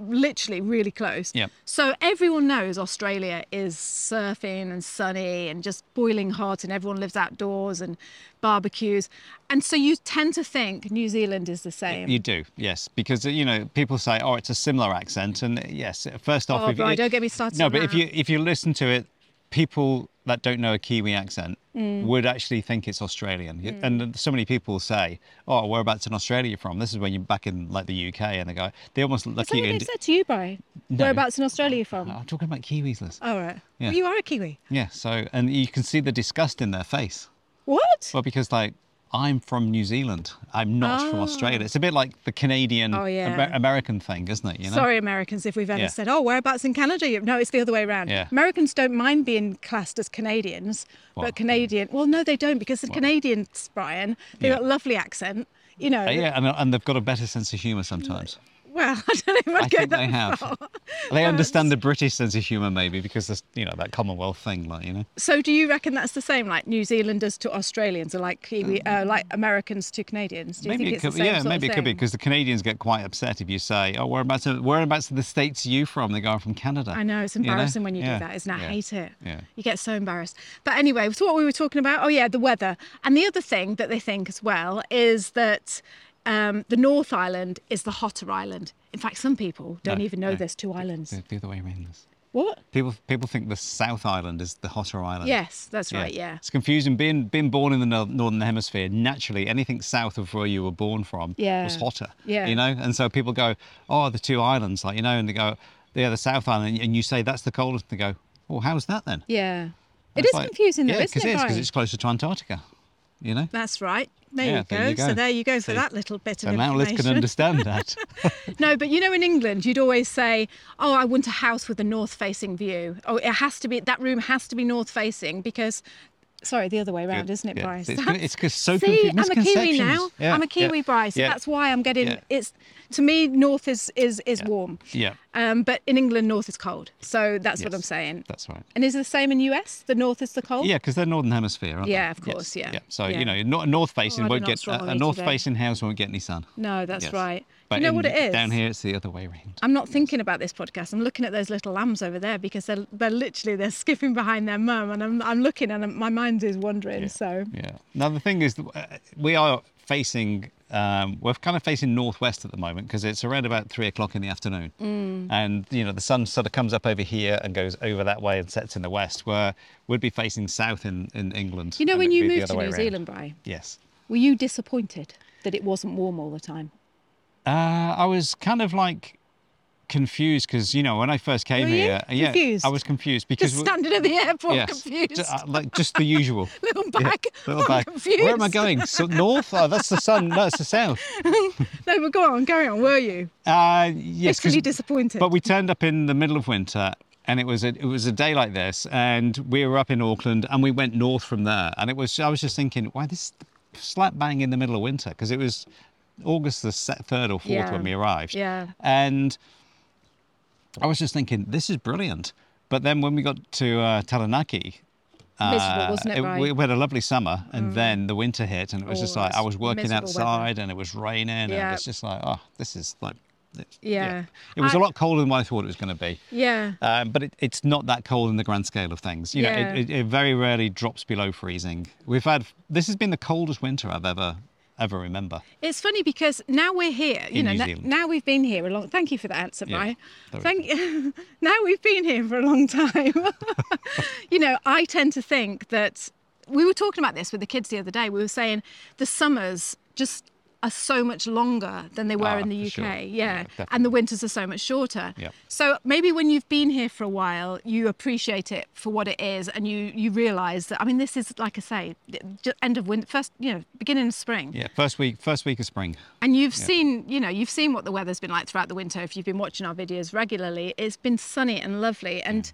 [SPEAKER 2] literally really close.
[SPEAKER 9] Yep.
[SPEAKER 2] So everyone knows Australia is surfing and sunny and just boiling hot and everyone lives outdoors and barbecues. And so you tend to think New Zealand is the same.
[SPEAKER 9] You do, yes, because you know people say, "Oh, it's a similar accent," and yes, first off,
[SPEAKER 2] Oh,
[SPEAKER 9] if
[SPEAKER 2] right,
[SPEAKER 9] you,
[SPEAKER 2] don't get me started
[SPEAKER 9] No,
[SPEAKER 2] on
[SPEAKER 9] but if
[SPEAKER 2] that.
[SPEAKER 9] you if you listen to it, people that don't know a Kiwi accent
[SPEAKER 2] Mm.
[SPEAKER 9] would actually think it's Australian, Y- and so many people say, "Oh, whereabouts in Australia you from?" This is when you're back in like the UK, and they go, they almost look
[SPEAKER 2] Is that what
[SPEAKER 9] at you.
[SPEAKER 2] they've
[SPEAKER 9] And,
[SPEAKER 2] said to you, Barry?
[SPEAKER 9] No.
[SPEAKER 2] Whereabouts in Australia are you from?
[SPEAKER 9] I'm talking about Kiwis, Liz.
[SPEAKER 2] All right.
[SPEAKER 9] Yeah.
[SPEAKER 2] Well, you are a Kiwi.
[SPEAKER 9] Yeah, so and you can see the disgust in their face.
[SPEAKER 2] What?
[SPEAKER 9] Well, because like I'm from New Zealand, I'm not from Australia. It's a bit like the Canadian
[SPEAKER 2] Ah. Oh, yeah.
[SPEAKER 9] Amer- American thing, isn't it? You know?
[SPEAKER 2] Sorry, Americans, if we've ever
[SPEAKER 9] Yeah.
[SPEAKER 2] said, oh, whereabouts in Canada? You- No, it's the other way around.
[SPEAKER 9] Yeah.
[SPEAKER 2] Americans don't mind being classed as Canadians,
[SPEAKER 9] Well,
[SPEAKER 2] but Canadian, well, no, they don't because the Canadians, Brian, they've
[SPEAKER 9] Yeah.
[SPEAKER 2] got a lovely accent. You know,
[SPEAKER 9] Uh, yeah, and, and they've got a better sense of humour sometimes.
[SPEAKER 2] well, I don't know if I'd
[SPEAKER 9] I
[SPEAKER 2] go
[SPEAKER 9] think
[SPEAKER 2] that
[SPEAKER 9] they have.
[SPEAKER 2] far. Um,
[SPEAKER 9] They understand the British sense of humour maybe because there's you know that Commonwealth thing, like you know.
[SPEAKER 2] So, do you reckon that's the same, like New Zealanders to Australians, or like Kiwi, uh, like Americans to Canadians? Do you think it's
[SPEAKER 9] could,
[SPEAKER 2] the same
[SPEAKER 9] yeah,
[SPEAKER 2] sort of
[SPEAKER 9] maybe it could be
[SPEAKER 2] thing?
[SPEAKER 9] because the Canadians get quite upset if you say, "Oh, whereabouts? Are, whereabouts in the states are you from?" They go, "I'm from Canada."
[SPEAKER 2] I know it's
[SPEAKER 9] You
[SPEAKER 2] embarrassing when you
[SPEAKER 9] Yeah,
[SPEAKER 2] do that, isn't it?
[SPEAKER 9] yeah,
[SPEAKER 2] I hate it.
[SPEAKER 9] Yeah.
[SPEAKER 2] You get so embarrassed. But anyway, so what we were talking about? Oh yeah, the weather. And the other thing that they think as well is that um, the North Island is the hotter island. In fact, some people don't
[SPEAKER 9] No,
[SPEAKER 2] even know
[SPEAKER 9] no.
[SPEAKER 2] there's two islands.
[SPEAKER 9] The, the other way around. Liz.
[SPEAKER 2] What?
[SPEAKER 9] People people think the South Island is the hotter island.
[SPEAKER 2] Yes, that's right. Yeah.
[SPEAKER 9] It's confusing. Being being born in the nor- northern hemisphere, naturally, anything south of where you were born from was
[SPEAKER 2] Yeah.
[SPEAKER 9] hotter.
[SPEAKER 2] Yeah.
[SPEAKER 9] You know, and so people go, "Oh, the two islands," like you know, and they go, "Yeah, the South Island," and you say that's the coldest. And they go, "Well, how's that then?"
[SPEAKER 2] Yeah.
[SPEAKER 9] And
[SPEAKER 2] It
[SPEAKER 9] it's
[SPEAKER 2] is
[SPEAKER 9] like,
[SPEAKER 2] confusing though, isn't
[SPEAKER 9] yeah, it is because
[SPEAKER 2] Brian?
[SPEAKER 9] it's closer to Antarctica. You know.
[SPEAKER 2] That's right. There,
[SPEAKER 9] Yeah,
[SPEAKER 2] you,
[SPEAKER 9] there you
[SPEAKER 2] go.
[SPEAKER 9] go.
[SPEAKER 2] So there you go for
[SPEAKER 9] See?
[SPEAKER 2] that little bit
[SPEAKER 9] So
[SPEAKER 2] of
[SPEAKER 9] now Liz
[SPEAKER 2] information.
[SPEAKER 9] can understand that.
[SPEAKER 2] No, but you know, in England, you'd always say, "Oh, I want a house with a north-facing view. Oh, it has to be that room has to be north-facing because." Sorry, the other way around, isn't it,
[SPEAKER 9] yeah.
[SPEAKER 2] Bryce?
[SPEAKER 9] It's-
[SPEAKER 2] That's-
[SPEAKER 9] it's 'cause so
[SPEAKER 2] See,
[SPEAKER 9] confu-
[SPEAKER 2] I'm a Kiwi now.
[SPEAKER 9] misconceptions. Yeah,
[SPEAKER 2] I'm a
[SPEAKER 9] yeah,
[SPEAKER 2] Kiwi, Bryce.
[SPEAKER 9] yeah.
[SPEAKER 2] That's why I'm getting
[SPEAKER 9] Yeah.
[SPEAKER 2] it's to me north is is is warm.
[SPEAKER 9] yeah.
[SPEAKER 2] Um, but in England, north is cold. So that's what
[SPEAKER 9] Yes,
[SPEAKER 2] I'm saying.
[SPEAKER 9] That's right.
[SPEAKER 2] And is it the same in US? The north is the cold.
[SPEAKER 9] Yeah, because they're northern hemisphere, aren't they?
[SPEAKER 2] Yeah, of course, yeah.
[SPEAKER 9] So
[SPEAKER 2] Yeah. Oh,
[SPEAKER 9] you know, no- north facing
[SPEAKER 2] I did
[SPEAKER 9] won't
[SPEAKER 2] not
[SPEAKER 9] get
[SPEAKER 2] struggle
[SPEAKER 9] a, a
[SPEAKER 2] me
[SPEAKER 9] north
[SPEAKER 2] today.
[SPEAKER 9] facing house won't get any sun.
[SPEAKER 2] No, that's
[SPEAKER 9] Yes.
[SPEAKER 2] right.
[SPEAKER 9] But
[SPEAKER 2] you know
[SPEAKER 9] in-
[SPEAKER 2] what it is?
[SPEAKER 9] Down here, it's the other way around.
[SPEAKER 2] I'm not thinking about this podcast. I'm looking at those little lambs over there because they're, they're literally they're skipping behind their mum, and I'm, I'm looking and I'm, my mind is wandering. So
[SPEAKER 9] Yeah. Now the thing is, uh, we are facing. Um, we're kind of facing northwest at the moment because it's around about three o'clock in the afternoon,
[SPEAKER 2] Mm.
[SPEAKER 9] and you know the sun sort of comes up over here and goes over that way and sets in the west. Where we'd be facing south in, in England.
[SPEAKER 2] you know
[SPEAKER 9] and
[SPEAKER 2] when
[SPEAKER 9] it'd
[SPEAKER 2] you
[SPEAKER 9] be the
[SPEAKER 2] moved
[SPEAKER 9] other
[SPEAKER 2] to
[SPEAKER 9] way
[SPEAKER 2] New Zealand,
[SPEAKER 9] around.
[SPEAKER 2] Bri,
[SPEAKER 9] Yes.
[SPEAKER 2] were you disappointed that it wasn't warm all the time?
[SPEAKER 9] Uh, I was kind of like confused because you know when I first came
[SPEAKER 2] Were you
[SPEAKER 9] here, yeah,
[SPEAKER 2] confused?
[SPEAKER 9] I was confused because
[SPEAKER 2] Just
[SPEAKER 9] we-
[SPEAKER 2] standing at the airport,
[SPEAKER 9] yes,
[SPEAKER 2] confused.
[SPEAKER 9] ju- uh, like just the usual.
[SPEAKER 2] little
[SPEAKER 9] Yeah,
[SPEAKER 2] bag.
[SPEAKER 9] little
[SPEAKER 2] I'm
[SPEAKER 9] bag.
[SPEAKER 2] confused.
[SPEAKER 9] Where am I going? So north? Oh, that's the sun. No, it's the south.
[SPEAKER 2] No, but go on, carry on. Were you?
[SPEAKER 9] Uh, yes, 'cause-
[SPEAKER 2] Bitterly disappointed.
[SPEAKER 9] But we turned up in the middle of winter, and it was a, it was a day like this, and we were up in Auckland, and we went north from there, and it was I was just thinking, why this slap bang in the middle of winter? Because it was August the se- third or fourth
[SPEAKER 2] Yeah.
[SPEAKER 9] when we arrived.
[SPEAKER 2] Yeah.
[SPEAKER 9] and I was just thinking, this is brilliant. But then when we got to uh, Taranaki.
[SPEAKER 2] Miserable, wasn't it, Ray?
[SPEAKER 9] Uh, we, we had a lovely summer, and then the winter hit, and it was
[SPEAKER 2] Oh,
[SPEAKER 9] just like
[SPEAKER 2] it's
[SPEAKER 9] I was working
[SPEAKER 2] miserable weather.
[SPEAKER 9] outside, and it was raining, and
[SPEAKER 2] Yeah.
[SPEAKER 9] it's just like, oh, this is like It,
[SPEAKER 2] Yeah.
[SPEAKER 9] It was a
[SPEAKER 2] I-
[SPEAKER 9] lot colder than what I thought it was going to be.
[SPEAKER 2] Yeah.
[SPEAKER 9] Um, but it, it's not that cold in the grand scale of things. You
[SPEAKER 2] Yeah.
[SPEAKER 9] know, it, it, it very rarely drops below freezing. We've had this has been the coldest winter I've ever ever remember.
[SPEAKER 2] It's funny because now we're here. You
[SPEAKER 9] In
[SPEAKER 2] know,
[SPEAKER 9] New
[SPEAKER 2] na-
[SPEAKER 9] Zealand.
[SPEAKER 2] now we've been here a long. Thank you for that answer,
[SPEAKER 9] Yeah,
[SPEAKER 2] Brian.
[SPEAKER 9] there we
[SPEAKER 2] Thank you. now we've been here for a long time. you know, I tend to think that we were talking about this with the kids the other day. We were saying the summers just are so much longer than they were
[SPEAKER 9] Ah,
[SPEAKER 2] in the UK.
[SPEAKER 9] for sure. Yeah,
[SPEAKER 2] Yeah, and
[SPEAKER 9] definitely.
[SPEAKER 2] the winters are so much shorter.
[SPEAKER 9] Yeah.
[SPEAKER 2] So maybe when you've been here for a while, you appreciate it for what it is, and you you realise that. I mean, this is like I say, j- end of winter, first you know, beginning of spring.
[SPEAKER 9] Yeah, first week first week of spring.
[SPEAKER 2] And you've seen, you know, you've seen what the weather's been like throughout the winter. If you've been watching our videos regularly, it's been sunny and lovely. And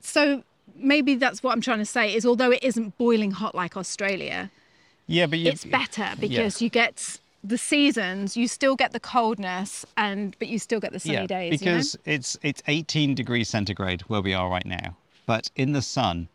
[SPEAKER 2] so maybe that's what I'm trying to say is although it isn't boiling hot like Australia,
[SPEAKER 9] Yeah, but you,
[SPEAKER 2] it's better because you get the seasons, you still get the coldness and but you still get the sunny
[SPEAKER 9] yeah,
[SPEAKER 2] days,
[SPEAKER 9] because it's it's 18 degrees centigrade where we are right now, but in the sun,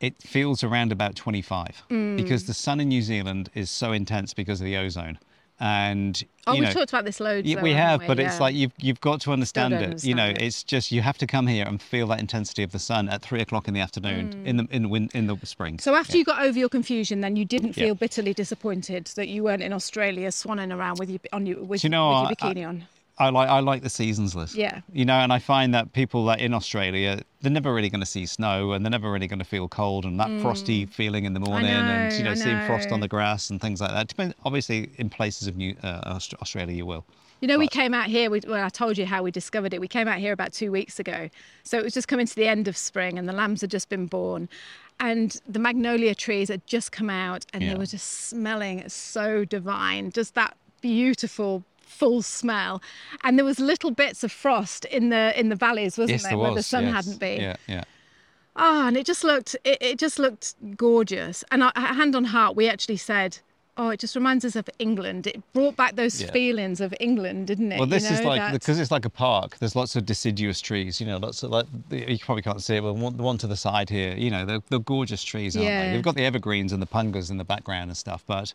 [SPEAKER 9] it feels around about 25
[SPEAKER 2] Mm.
[SPEAKER 9] because the sun in New Zealand is so intense because of the ozone. And
[SPEAKER 2] you know. Oh,
[SPEAKER 9] you
[SPEAKER 2] we've
[SPEAKER 9] know,
[SPEAKER 2] talked about this loads.
[SPEAKER 9] Yeah,
[SPEAKER 2] though,
[SPEAKER 9] we
[SPEAKER 2] haven't
[SPEAKER 9] have, but
[SPEAKER 2] Yeah.
[SPEAKER 9] it's like you've you've got to understand it.
[SPEAKER 2] don't
[SPEAKER 9] you know,
[SPEAKER 2] understand it.
[SPEAKER 9] it's just you have to come here and feel that intensity of the sun at three o'clock in the afternoon in the in the win, in the spring.
[SPEAKER 2] Mm. so after you got over your confusion, then you didn't
[SPEAKER 9] Yeah.
[SPEAKER 2] feel bitterly disappointed that you weren't in Australia swanning around with your on your with,
[SPEAKER 9] Do you know,
[SPEAKER 2] with your
[SPEAKER 9] I-
[SPEAKER 2] bikini on.
[SPEAKER 9] I like I like the seasons list.
[SPEAKER 2] Yeah.
[SPEAKER 9] You know, and I find that people that in Australia, they're never really going to see snow and they're never really going to feel cold and that frosty feeling in the morning and you
[SPEAKER 2] know,
[SPEAKER 9] know
[SPEAKER 2] Mm. I
[SPEAKER 9] seeing frost
[SPEAKER 2] know.
[SPEAKER 9] on the grass and things like that. Depend, obviously, in places of New uh, Aust- Australia, you will.
[SPEAKER 2] You know, we came out here. We, well, I told you how we discovered it. We came out here about two weeks ago, so it was just coming to the end of spring, and the lambs had just been born, and the magnolia trees had just come out, and they
[SPEAKER 9] Yeah.
[SPEAKER 2] were just smelling so divine, just that beautiful full smell, and there was little bits of frost in the in the valleys, wasn't there, where the sun
[SPEAKER 9] yes.
[SPEAKER 2] hadn't been.
[SPEAKER 9] Yeah, yeah.
[SPEAKER 2] Oh, and it just looked it, it just looked gorgeous. And I, I- hand on heart, we actually said, "Oh, it just reminds us of England." It brought back those
[SPEAKER 9] Yeah.
[SPEAKER 2] feelings of England, didn't it?
[SPEAKER 9] Well,
[SPEAKER 2] You
[SPEAKER 9] this is
[SPEAKER 2] know,
[SPEAKER 9] like
[SPEAKER 2] that-
[SPEAKER 9] because it's like a park. There's lots of deciduous trees. You know, lots of like you probably can't see it, but one, the one to the side here. You know, they're, they're gorgeous trees, aren't
[SPEAKER 2] Yeah.
[SPEAKER 9] they? You've got the evergreens and the pungas in the background and stuff, but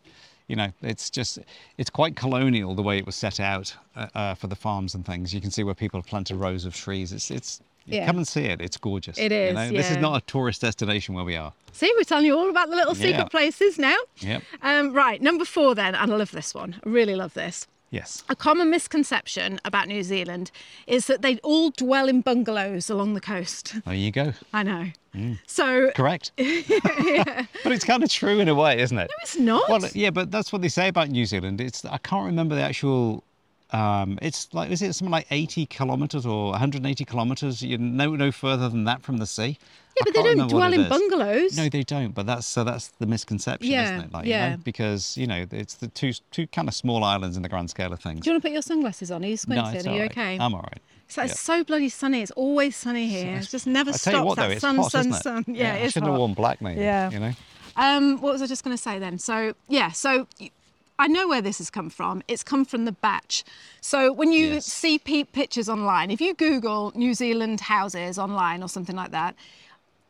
[SPEAKER 9] you know, it's just it's quite colonial the way it was set out uh, uh, for the farms and things. You can see where people have planted rows of trees. It's it's. you
[SPEAKER 2] Yeah.
[SPEAKER 9] Come and see it. It's gorgeous.
[SPEAKER 2] It
[SPEAKER 9] you
[SPEAKER 2] is,
[SPEAKER 9] know? This is
[SPEAKER 2] yeah.
[SPEAKER 9] not a tourist destination where we are.
[SPEAKER 2] See, we're telling you all about the little secret
[SPEAKER 9] Yeah.
[SPEAKER 2] places now.
[SPEAKER 9] Yep.
[SPEAKER 2] Um, right, number four then, and I love this one. I really love this.
[SPEAKER 9] Yes.
[SPEAKER 2] A common misconception about New Zealand is that they all dwell in bungalows along the coast.
[SPEAKER 9] There you go.
[SPEAKER 2] I know.
[SPEAKER 9] Mm.
[SPEAKER 2] So
[SPEAKER 9] Correct. but it's kind of true in a way, isn't it? No,
[SPEAKER 2] it's not.
[SPEAKER 9] Well, yeah, but that's what they say about New Zealand. It's I can't remember the actual. Um, it's like is it something like 80 kilometers or 180 kilometers? You no no further than that from the sea.
[SPEAKER 2] yeah, but they don't dwell in bungalows.
[SPEAKER 9] No, they don't. But that's so that's the misconception,
[SPEAKER 2] Yeah,
[SPEAKER 9] isn't it? Like, you know,
[SPEAKER 2] yeah.
[SPEAKER 9] because you know it's the two two kind of small islands in the grand scale of things.
[SPEAKER 2] Do you want to put your sunglasses on? Are you squinting?
[SPEAKER 9] it's
[SPEAKER 2] Are
[SPEAKER 9] all
[SPEAKER 2] you
[SPEAKER 9] right.
[SPEAKER 2] okay?
[SPEAKER 9] I'm all right.
[SPEAKER 2] So it's
[SPEAKER 9] Yeah.
[SPEAKER 2] so bloody sunny. It's always sunny here. It just never
[SPEAKER 9] I
[SPEAKER 2] stops.
[SPEAKER 9] tell you what,
[SPEAKER 2] that
[SPEAKER 9] though, it's
[SPEAKER 2] sun,
[SPEAKER 9] hot,
[SPEAKER 2] sun,
[SPEAKER 9] isn't it?
[SPEAKER 2] sun. Yeah,
[SPEAKER 9] I
[SPEAKER 2] it's
[SPEAKER 9] shouldn't
[SPEAKER 2] hot.
[SPEAKER 9] have worn black, maybe.
[SPEAKER 2] Yeah.
[SPEAKER 9] You know.
[SPEAKER 2] Um, what was I just going to say then? So yeah, so y- I know where this has come from. It's come from the batch. So when you
[SPEAKER 9] Yes.
[SPEAKER 2] see peep pictures online, if you Google New Zealand houses online or something like that,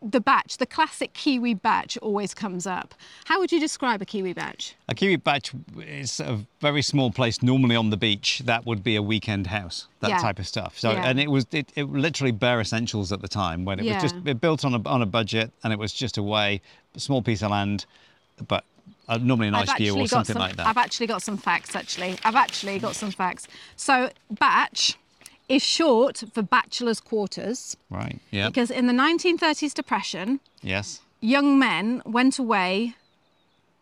[SPEAKER 2] the batch, the classic Kiwi batch, always comes up. How would you describe a Kiwi batch?
[SPEAKER 9] A Kiwi batch is a very small place, normally on the beach. That would be a weekend house, that
[SPEAKER 2] Yeah.
[SPEAKER 9] type of stuff. So,
[SPEAKER 2] Yeah.
[SPEAKER 9] and it was it, it literally bare essentials at the time when it was just
[SPEAKER 2] Yeah.
[SPEAKER 9] it built on a on a budget, and it was just a way, a small piece of land, but uh, normally a nice view or
[SPEAKER 2] got
[SPEAKER 9] something
[SPEAKER 2] some,
[SPEAKER 9] like
[SPEAKER 2] I've
[SPEAKER 9] that.
[SPEAKER 2] actually got some facts. Actually, I've actually got some facts. So batch is short for bachelor's quarters
[SPEAKER 9] Right? Yeah.
[SPEAKER 2] because in the 1930s depression,
[SPEAKER 9] Yes.
[SPEAKER 2] young men went away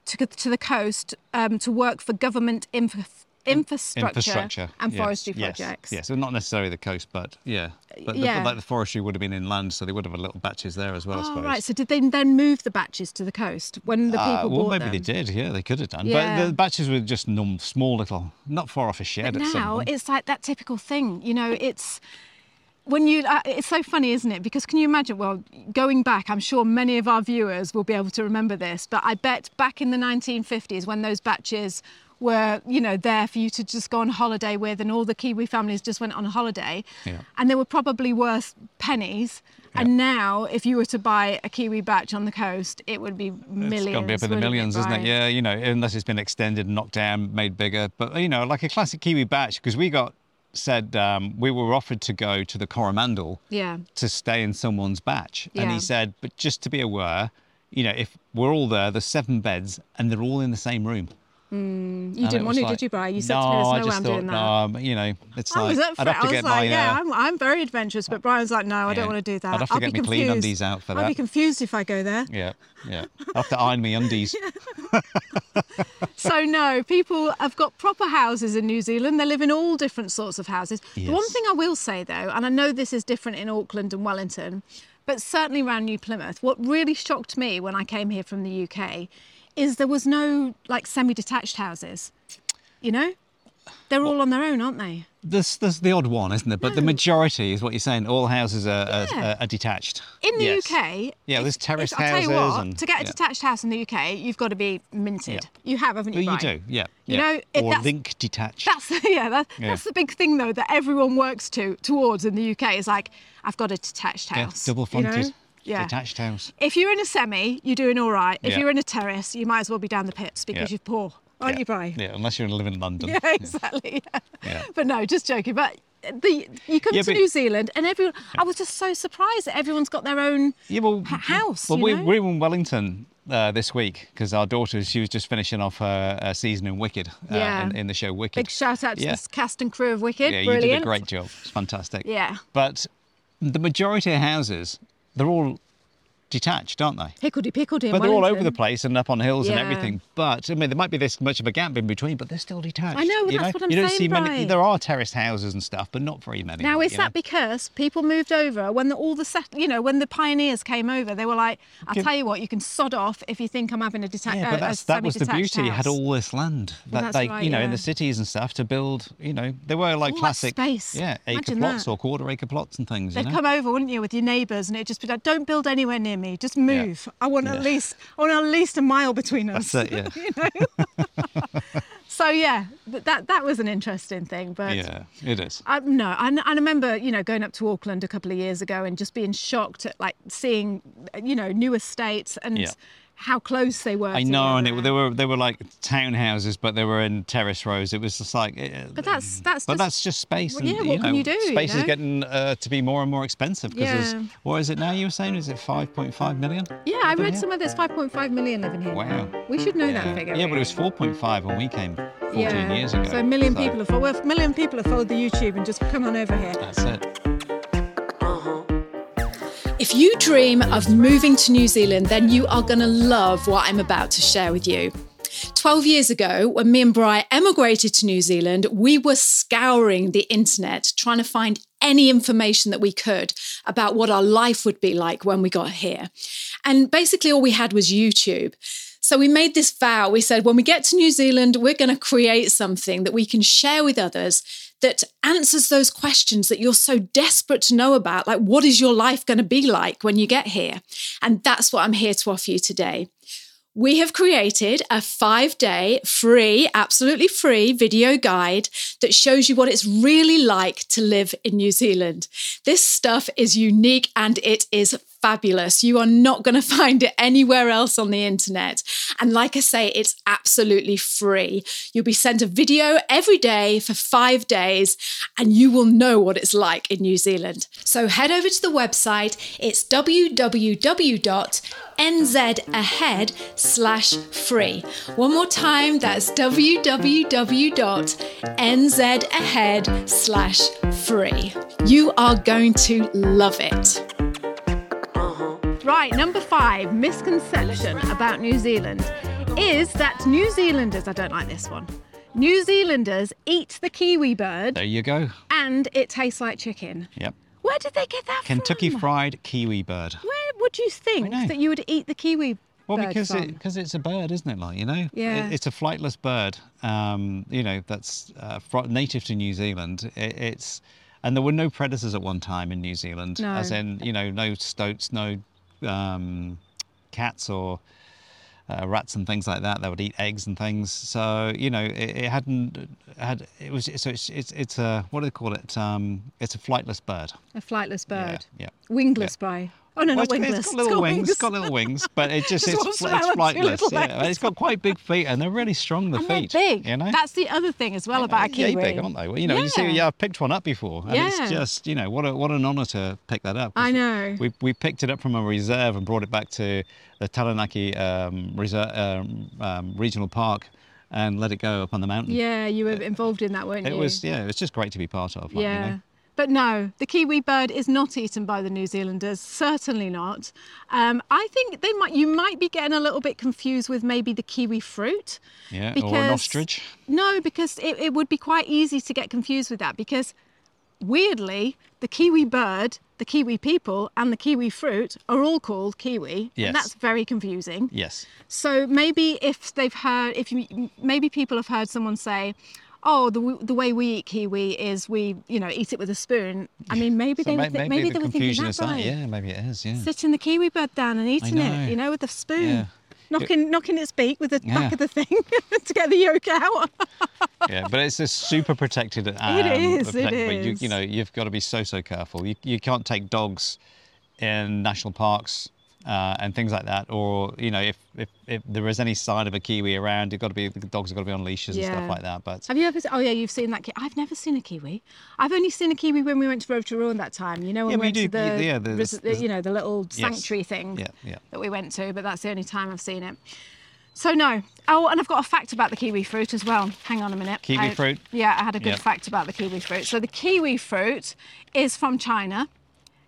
[SPEAKER 2] to, go- to the coast um, to work for government infra- infrastructure,
[SPEAKER 9] Infrastructure
[SPEAKER 2] and
[SPEAKER 9] yes,
[SPEAKER 2] forestry
[SPEAKER 9] yes,
[SPEAKER 2] projects.
[SPEAKER 9] Yes, well, not necessarily the coast, but yeah, but
[SPEAKER 2] yeah.
[SPEAKER 9] The, like the forestry would have been inland, so they would have had little batches there as well. I
[SPEAKER 2] Oh,
[SPEAKER 9] suppose.
[SPEAKER 2] right. So did they then move the batches to the coast when the people
[SPEAKER 9] Uh, well,
[SPEAKER 2] bought
[SPEAKER 9] maybe
[SPEAKER 2] them?
[SPEAKER 9] they did. Yeah, they could have done.
[SPEAKER 2] Yeah.
[SPEAKER 9] But the batches were just num- small little, not far off a shed.
[SPEAKER 2] But
[SPEAKER 9] at some
[SPEAKER 2] now
[SPEAKER 9] point.
[SPEAKER 2] it's like that typical thing, you know. It's when you. Uh, it's so funny, isn't it? Because can you imagine? Well, going back, I'm sure many of our viewers will be able to remember this, but I bet back in the 1950s when those batches were, you know, there for you to just go on holiday with, and all the Kiwi families just went on holiday,
[SPEAKER 9] Yeah.
[SPEAKER 2] and they were probably worth pennies. And now, if you were to buy a Kiwi batch on the coast, it would be millions.
[SPEAKER 9] It's gonna be up in
[SPEAKER 2] wouldn't
[SPEAKER 9] the
[SPEAKER 2] it,
[SPEAKER 9] millions, isn't
[SPEAKER 2] Brian?
[SPEAKER 9] it? Yeah, you know, unless it's been extended, knocked down, made bigger. But you know, like a classic kiwi batch, because we got said um, we were offered to go to the Coromandel
[SPEAKER 1] Yeah.
[SPEAKER 9] to stay in someone's batch. And
[SPEAKER 1] Yeah.
[SPEAKER 9] he said, but just to be aware, you know, if we're all there, there's seven beds and they're all in the same room.
[SPEAKER 1] You didn't want to, did you, Bri? You said
[SPEAKER 9] no,
[SPEAKER 1] to me, there's no
[SPEAKER 9] I
[SPEAKER 1] way
[SPEAKER 9] just
[SPEAKER 1] I'm
[SPEAKER 9] thought,
[SPEAKER 1] doing that.
[SPEAKER 9] "Nah, but, you know, it's
[SPEAKER 1] I
[SPEAKER 9] like,
[SPEAKER 1] was up for
[SPEAKER 9] I'd
[SPEAKER 1] it.
[SPEAKER 9] have to
[SPEAKER 1] I was
[SPEAKER 9] get
[SPEAKER 1] like,
[SPEAKER 9] my,
[SPEAKER 1] yeah,
[SPEAKER 9] uh,
[SPEAKER 1] I'm, I'm very adventurous. But Brian's like, no, I
[SPEAKER 9] yeah.
[SPEAKER 1] don't want to do that.
[SPEAKER 9] I'd have to
[SPEAKER 1] will
[SPEAKER 9] get
[SPEAKER 1] be
[SPEAKER 9] my clean
[SPEAKER 1] confused.
[SPEAKER 9] undies out for
[SPEAKER 1] I'll be
[SPEAKER 9] that.
[SPEAKER 1] confused if I go there.
[SPEAKER 9] yeah, yeah. I have to iron my undies.
[SPEAKER 1] So no, people have got proper houses in New Zealand. They live in all different sorts of houses. The one
[SPEAKER 9] Yes.
[SPEAKER 1] thing I will say though, and I know this is different in Auckland and Wellington, but certainly around New Plymouth, what really shocked me when I came here from the UK is there was no like semi-detached houses. You know? They're all on their own, aren't they?
[SPEAKER 9] There's, there's the odd one, isn't there? But the
[SPEAKER 1] No.
[SPEAKER 9] majority is what you're saying. All houses are,
[SPEAKER 1] Yeah.
[SPEAKER 9] are, are detached.
[SPEAKER 1] In the
[SPEAKER 9] Yes.
[SPEAKER 1] UK,
[SPEAKER 9] Yeah, there's
[SPEAKER 1] if-
[SPEAKER 9] terraced
[SPEAKER 1] if- I'll tell you
[SPEAKER 9] houses
[SPEAKER 1] what,
[SPEAKER 9] and-
[SPEAKER 1] to get a
[SPEAKER 9] yeah.
[SPEAKER 1] detached house in the UK, you've got to be minted. You have, haven't you?
[SPEAKER 9] But Oh, you
[SPEAKER 1] Brian?
[SPEAKER 9] do, yeah.
[SPEAKER 1] You
[SPEAKER 9] yeah.
[SPEAKER 1] know, it-
[SPEAKER 9] or
[SPEAKER 1] that's-
[SPEAKER 9] link detached.
[SPEAKER 1] That's yeah, that,
[SPEAKER 9] Yeah.
[SPEAKER 1] that's the big thing though that everyone works to towards in the UK is like I've got a detached
[SPEAKER 9] Yeah,
[SPEAKER 1] house.
[SPEAKER 9] double
[SPEAKER 1] you know?
[SPEAKER 9] fronted.
[SPEAKER 1] Yeah.
[SPEAKER 9] Detached house.
[SPEAKER 1] If you're in a semi, you're doing all right. If
[SPEAKER 9] Yeah.
[SPEAKER 1] you're in a terrace, you might as well be down the pits because
[SPEAKER 9] Yeah.
[SPEAKER 1] you're poor, aren't
[SPEAKER 9] yeah.
[SPEAKER 1] you, Bri?
[SPEAKER 9] Yeah, unless you're living in London.
[SPEAKER 1] Yeah, exactly. yeah.
[SPEAKER 9] Yeah.
[SPEAKER 1] But no, just joking. But the you come
[SPEAKER 9] Yeah,
[SPEAKER 1] to
[SPEAKER 9] but-
[SPEAKER 1] New Zealand and everyone, I was just so surprised that everyone's got their own.
[SPEAKER 9] Yeah, well,
[SPEAKER 1] Ha- house,
[SPEAKER 9] Well,
[SPEAKER 1] you
[SPEAKER 9] we,
[SPEAKER 1] know?
[SPEAKER 9] we were in Wellington uh, this week because our daughter, she was just finishing off her uh, season in Wicked, uh,
[SPEAKER 1] Yeah.
[SPEAKER 9] in, in the show Wicked.
[SPEAKER 1] Big shout out to
[SPEAKER 9] Yeah.
[SPEAKER 1] this cast and crew of Wicked.
[SPEAKER 9] yeah,
[SPEAKER 1] Brilliant.
[SPEAKER 9] you did a great job. It's fantastic.
[SPEAKER 1] Yeah.
[SPEAKER 9] But the majority of houses, they're all detached, aren't they?
[SPEAKER 1] Hickledy pickledy. in
[SPEAKER 9] But they're all over
[SPEAKER 1] Wellington.
[SPEAKER 9] the place and up on hills and
[SPEAKER 1] Yeah.
[SPEAKER 9] everything. But I mean, there might be this much of a gap in between, but they're still detached.
[SPEAKER 1] I know, well,
[SPEAKER 9] you
[SPEAKER 1] that's
[SPEAKER 9] know?
[SPEAKER 1] what I'm
[SPEAKER 9] you don't
[SPEAKER 1] saying,
[SPEAKER 9] see many.
[SPEAKER 1] Brian.
[SPEAKER 9] There are terraced houses and stuff, but not very many.
[SPEAKER 1] Now, is
[SPEAKER 9] you know?
[SPEAKER 1] that because people moved over when the, all the set, you know, when the pioneers came over, they were like, "I'll
[SPEAKER 9] Give-
[SPEAKER 1] tell you what, you can sod off if you think I'm having uh, a detached."
[SPEAKER 9] Yeah, but that's, that was the beauty. You had all this land
[SPEAKER 1] Well,
[SPEAKER 9] that
[SPEAKER 1] that's
[SPEAKER 9] they,
[SPEAKER 1] right,
[SPEAKER 9] you know, in
[SPEAKER 1] yeah.
[SPEAKER 9] the cities and stuff to build. You know, they were like
[SPEAKER 1] All that
[SPEAKER 9] classic,
[SPEAKER 1] space.
[SPEAKER 9] yeah, acre
[SPEAKER 1] Imagine
[SPEAKER 9] plots
[SPEAKER 1] that.
[SPEAKER 9] or quarter acre plots and things.
[SPEAKER 1] They'd
[SPEAKER 9] you know?
[SPEAKER 1] come over, wouldn't you, with your neighbours, and it'd just be like, "Don't build anywhere near me. Just move. I want at least, I want at least a mile between us."
[SPEAKER 9] That's it, yeah.
[SPEAKER 1] you know. so yeah, th- that that was an interesting thing, but.
[SPEAKER 9] yeah, it is.
[SPEAKER 1] I, no, I, I remember you know going up to Auckland a couple of years ago and just being shocked at like seeing you know new estates and
[SPEAKER 9] Yeah.
[SPEAKER 1] how close they were.
[SPEAKER 9] I know, and it, they were they were like townhouses, but they were in terrace rows. It was just like, eh,
[SPEAKER 1] But that's that's.
[SPEAKER 9] but
[SPEAKER 1] just,
[SPEAKER 9] that's just space.
[SPEAKER 1] Well,
[SPEAKER 9] and,
[SPEAKER 1] yeah, what can
[SPEAKER 9] know,
[SPEAKER 1] you do, you
[SPEAKER 9] Space
[SPEAKER 1] know?
[SPEAKER 9] is getting uh, to be more and more expensive because
[SPEAKER 1] Yeah.
[SPEAKER 9] what is it now? You were saying is it five point five million?
[SPEAKER 1] yeah. I read
[SPEAKER 9] yeah.
[SPEAKER 1] somewhere there's 5.5 million living here.
[SPEAKER 9] Wow.
[SPEAKER 1] We should know
[SPEAKER 9] yeah.
[SPEAKER 1] that figure.
[SPEAKER 9] Yeah, but it was four point five when we came fourteen
[SPEAKER 1] Yeah.
[SPEAKER 9] years ago.
[SPEAKER 1] So a million people have followed. Well, a million people have followed the YouTube and just come on over here.
[SPEAKER 9] That's it.
[SPEAKER 2] If you dream of moving to New Zealand, then you are going to love what I'm about to share with you. 12 years ago, when me and Bri emigrated to New Zealand, we were scouring the internet trying to find any information that we could about what our life would be like when we got here. And basically, all we had was YouTube. So we made this vow. We said, when we get to New Zealand, we're going to create something that we can share with others that answers those questions that you're so desperate to know about. Like, what is your life going to be like when you get here? And that's what I'm here to offer you today. We have created a five day free, absolutely free video guide that shows you what it's really like to live in New Zealand. This stuff is unique and it is fabulous. You are not going to find it anywhere else on the internet. And like I say, it's absolutely free. You'll be sent a video every day for five days and you will know what it's like in New Zealand. So head over to the website. It's www.nzahead slash free. One more time, that's www.nzahead slash free. You are going to love it.
[SPEAKER 1] Right, number five misconception about New Zealand is that New Zealanders. I don't like this one. New Zealanders eat the kiwi bird
[SPEAKER 9] There you go.
[SPEAKER 1] and it tastes like chicken.
[SPEAKER 9] Yep.
[SPEAKER 1] Where did they get that
[SPEAKER 9] Kentucky
[SPEAKER 1] from?
[SPEAKER 9] Fried Kiwi Bird.
[SPEAKER 1] Where would you think
[SPEAKER 9] know.
[SPEAKER 1] that you would eat the kiwi
[SPEAKER 9] Well,
[SPEAKER 1] bird
[SPEAKER 9] because
[SPEAKER 1] from?
[SPEAKER 9] it, cause it's a bird, isn't it? Like you know,
[SPEAKER 1] Yeah.
[SPEAKER 9] It- it's a flightless bird. Um, you know, that's uh, fro- native to New Zealand. It, it's and there were no predators at one time in New Zealand,
[SPEAKER 1] No.
[SPEAKER 9] as in you know, no stoats, no um, cats or uh, rats and things like that. They would eat eggs and things. So you know, it, it hadn't had. It was so it's it's, it's a what do they call it? Um, it's a flightless bird.
[SPEAKER 1] a flightless bird,
[SPEAKER 9] yeah.
[SPEAKER 1] wingless by. Oh no,
[SPEAKER 9] Well,
[SPEAKER 1] not wingless.
[SPEAKER 9] It's got little wings, It's got little wings, but it just,
[SPEAKER 1] Just
[SPEAKER 9] it's,
[SPEAKER 1] walks
[SPEAKER 9] it's
[SPEAKER 1] around with two
[SPEAKER 9] flightless.
[SPEAKER 1] little
[SPEAKER 9] Yeah.
[SPEAKER 1] legs.
[SPEAKER 9] It's got quite big feet, and they're really strong. The
[SPEAKER 1] And
[SPEAKER 9] feet,
[SPEAKER 1] they're big.
[SPEAKER 9] you know.
[SPEAKER 1] That's the other thing as well about a
[SPEAKER 9] Yeah,
[SPEAKER 1] kiwi.
[SPEAKER 9] big, aren't they? Well, you know, you see,
[SPEAKER 1] Yeah.
[SPEAKER 9] yeah, I've picked one up before, and
[SPEAKER 1] Yeah.
[SPEAKER 9] it's just, you know, what a, what an honour to pick that up. 'cause
[SPEAKER 1] I know.
[SPEAKER 9] We, we picked it up from a reserve and brought it back to the Taranaki um, reserve, um, um, Regional Park and let it go up on the mountain.
[SPEAKER 1] Yeah, you were involved in that, weren't
[SPEAKER 9] It
[SPEAKER 1] you?
[SPEAKER 9] was, yeah, it was just great to be part of. Like, you
[SPEAKER 1] yeah.
[SPEAKER 9] know.
[SPEAKER 1] But no, the kiwi bird is not eaten by the New Zealanders. Certainly not. Um, I think they might. You might be getting a little bit confused with maybe the kiwi fruit.
[SPEAKER 9] Yeah, or an
[SPEAKER 1] because-
[SPEAKER 9] ostrich.
[SPEAKER 1] No, because it, it would be quite easy to get confused with that because weirdly, the kiwi bird, the kiwi people, and the kiwi fruit are all called kiwi.
[SPEAKER 9] Yes.
[SPEAKER 1] And that's very confusing.
[SPEAKER 9] Yes.
[SPEAKER 1] So maybe if they've heard, if you, maybe people have heard someone say, "Oh, the, w- the way we eat kiwi is we, you know, eat it with a spoon." I mean, maybe
[SPEAKER 9] So
[SPEAKER 1] they were
[SPEAKER 9] may-
[SPEAKER 1] thi- maybe
[SPEAKER 9] the
[SPEAKER 1] they were thinking
[SPEAKER 9] confusion
[SPEAKER 1] that,
[SPEAKER 9] is that.
[SPEAKER 1] right?
[SPEAKER 9] Yeah, maybe it is. Yeah.
[SPEAKER 1] Sitting the kiwi bird down and eating
[SPEAKER 9] know.
[SPEAKER 1] it, you know, with a spoon,
[SPEAKER 9] Yeah.
[SPEAKER 1] knocking knocking its beak with the
[SPEAKER 9] Yeah.
[SPEAKER 1] back of the thing to get the yolk out.
[SPEAKER 9] yeah, but it's a super protected. Um,
[SPEAKER 1] is, it
[SPEAKER 9] protected- but You,
[SPEAKER 1] is.
[SPEAKER 9] you know, you've got to be so so careful. You, you can't take dogs in national parks uh, and things like that, or you know, if, if if there is any sign of a kiwi around, you've got to be the dogs have got to be on leashes and
[SPEAKER 1] Yeah.
[SPEAKER 9] stuff like that. But
[SPEAKER 1] Have you ever? se- Oh yeah, you've seen that. Ki- I've never seen a kiwi. I've only seen a kiwi when we went to Rotorua that time. You know, when
[SPEAKER 9] Yeah,
[SPEAKER 1] we
[SPEAKER 9] we
[SPEAKER 1] went to
[SPEAKER 9] do-
[SPEAKER 1] the,
[SPEAKER 9] yeah, the-
[SPEAKER 1] res-
[SPEAKER 9] the-
[SPEAKER 1] you know the little sanctuary thing
[SPEAKER 9] Yeah, yeah.
[SPEAKER 1] that we went to. But that's the only time I've seen it. So no. Oh, and I've got a fact about the kiwi fruit as well. Hang on a minute.
[SPEAKER 9] Kiwi
[SPEAKER 1] I-
[SPEAKER 9] fruit?
[SPEAKER 1] Yeah, I had a good
[SPEAKER 9] Yep.
[SPEAKER 1] fact about the kiwi fruit. So the kiwi fruit is from China.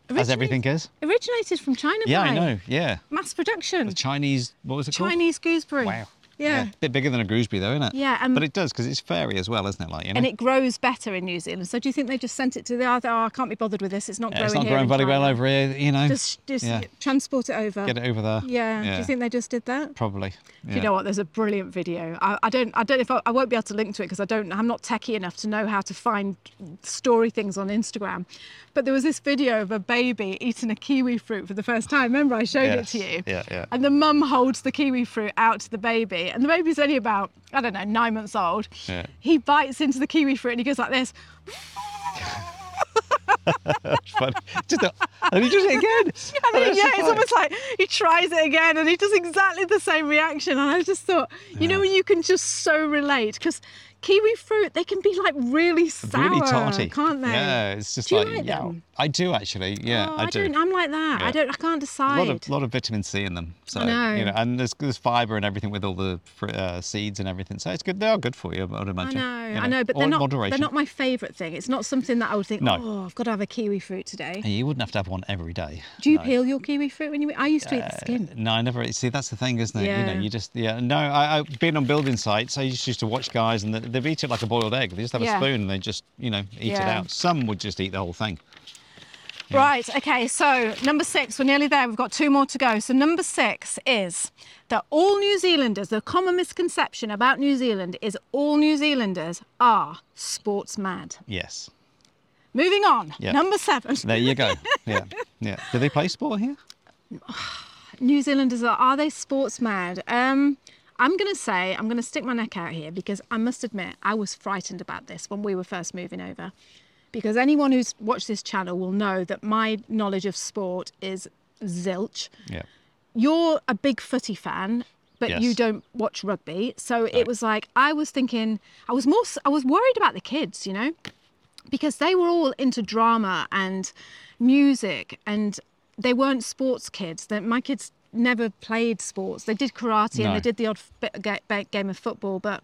[SPEAKER 9] as
[SPEAKER 1] Originally-
[SPEAKER 9] everything is,
[SPEAKER 1] Originated from China.
[SPEAKER 9] yeah, I
[SPEAKER 1] by
[SPEAKER 9] know, yeah.
[SPEAKER 1] Mass production.
[SPEAKER 9] The Chinese, what was it called?
[SPEAKER 1] Chinese gooseberry.
[SPEAKER 9] Wow.
[SPEAKER 1] Yeah.
[SPEAKER 9] bit bigger than a gooseberry though, isn't it?
[SPEAKER 1] Yeah, um,
[SPEAKER 9] but it does because it's fairy as well, isn't it? Like you know,
[SPEAKER 1] and it grows better in New Zealand. So do you think they just sent it to the other? Oh, I can't be bothered with this. It's not
[SPEAKER 9] Yeah,
[SPEAKER 1] growing
[SPEAKER 9] it's not
[SPEAKER 1] here
[SPEAKER 9] growing
[SPEAKER 1] in
[SPEAKER 9] very well
[SPEAKER 1] China."
[SPEAKER 9] over here, you know.
[SPEAKER 1] Just, just
[SPEAKER 9] yeah.
[SPEAKER 1] transport it over.
[SPEAKER 9] get it over there.
[SPEAKER 1] Yeah. Do you think they just did that?
[SPEAKER 9] probably? Yeah.
[SPEAKER 1] Do you know what? There's a brilliant video. I, I don't, I don't know if I, I won't be able to link to it because I don't, I'm not techie enough to know how to find story things on Instagram. But there was this video of a baby eating a kiwi fruit for the first time. Remember, I showed
[SPEAKER 9] Yes.
[SPEAKER 1] it to you.
[SPEAKER 9] Yeah, yeah.
[SPEAKER 1] And the mum holds the kiwi fruit out to the baby, and the baby's only about, I don't know, nine months old.
[SPEAKER 9] Yeah.
[SPEAKER 1] He bites into the kiwi fruit and he goes like this.
[SPEAKER 9] But just a, and he does it again.
[SPEAKER 1] And then,
[SPEAKER 9] That's
[SPEAKER 1] yeah,
[SPEAKER 9] the
[SPEAKER 1] it's
[SPEAKER 9] point.
[SPEAKER 1] almost like he tries it again and he does exactly the same reaction. And I just thought, you know, you can just so relate because kiwi fruit, they can be like really sour,
[SPEAKER 9] really tarty,
[SPEAKER 1] can't they?
[SPEAKER 9] Yeah, it's just
[SPEAKER 1] Do you
[SPEAKER 9] like,
[SPEAKER 1] like
[SPEAKER 9] yeah,
[SPEAKER 1] them?
[SPEAKER 9] I do actually. Yeah,
[SPEAKER 1] Oh,
[SPEAKER 9] I, do.
[SPEAKER 1] not I'm like that. I
[SPEAKER 9] Yeah.
[SPEAKER 1] don't. I can't
[SPEAKER 9] a
[SPEAKER 1] decide.
[SPEAKER 9] lot of lot of vitamin C in them, so
[SPEAKER 1] know.
[SPEAKER 9] you know, and there's there's fiber and everything with all the fr- uh, seeds and everything. So it's good. They are good for you, I would
[SPEAKER 1] I
[SPEAKER 9] imagine.
[SPEAKER 1] know,
[SPEAKER 9] you
[SPEAKER 1] I know, but
[SPEAKER 9] all
[SPEAKER 1] they're
[SPEAKER 9] in
[SPEAKER 1] not.
[SPEAKER 9] Moderation.
[SPEAKER 1] They're not my favourite thing. It's not something that I would think.
[SPEAKER 9] No.
[SPEAKER 1] Oh, I've got to have a kiwi fruit today.
[SPEAKER 9] And you wouldn't have to have one every day. Uh,
[SPEAKER 1] Do you peel your kiwi fruit when you? I used to eat the skin.
[SPEAKER 9] No, I never. See, that's the thing, isn't it? You
[SPEAKER 1] Yeah.
[SPEAKER 9] know, you just yeah. No, I, I been on building sites. I just used to watch guys, and they would eat it like a boiled egg. They just have
[SPEAKER 1] Yeah.
[SPEAKER 9] a spoon and they just you know eat it
[SPEAKER 1] Yeah.
[SPEAKER 9] out. Some would just eat the whole thing.
[SPEAKER 1] Right, okay, so number six, we're nearly there. We've got two more to go. So, number six is that all New Zealanders, the common misconception about New Zealand is all New Zealanders are sports mad.
[SPEAKER 9] Yes.
[SPEAKER 1] Moving on,
[SPEAKER 9] Yeah.
[SPEAKER 1] number seven.
[SPEAKER 9] There you go. Yeah, yeah. Do they play sport here?
[SPEAKER 1] New Zealanders are, are they sports mad? Um, I'm going to say, I'm going to stick my neck out here because I must admit, I was frightened about this when we were first moving over. Because anyone who's watched this channel will know that my knowledge of sport is zilch.
[SPEAKER 9] Yeah.
[SPEAKER 1] you're a big footy fan but you
[SPEAKER 9] Yes.
[SPEAKER 1] don't watch rugby so it was like i was thinking i was more s- i was worried about the kids you know because they were all into drama and music and they weren't sports kids that my kids never played sports they did karate and
[SPEAKER 9] No.
[SPEAKER 1] they did the odd f- bit of ga- ba- game of football but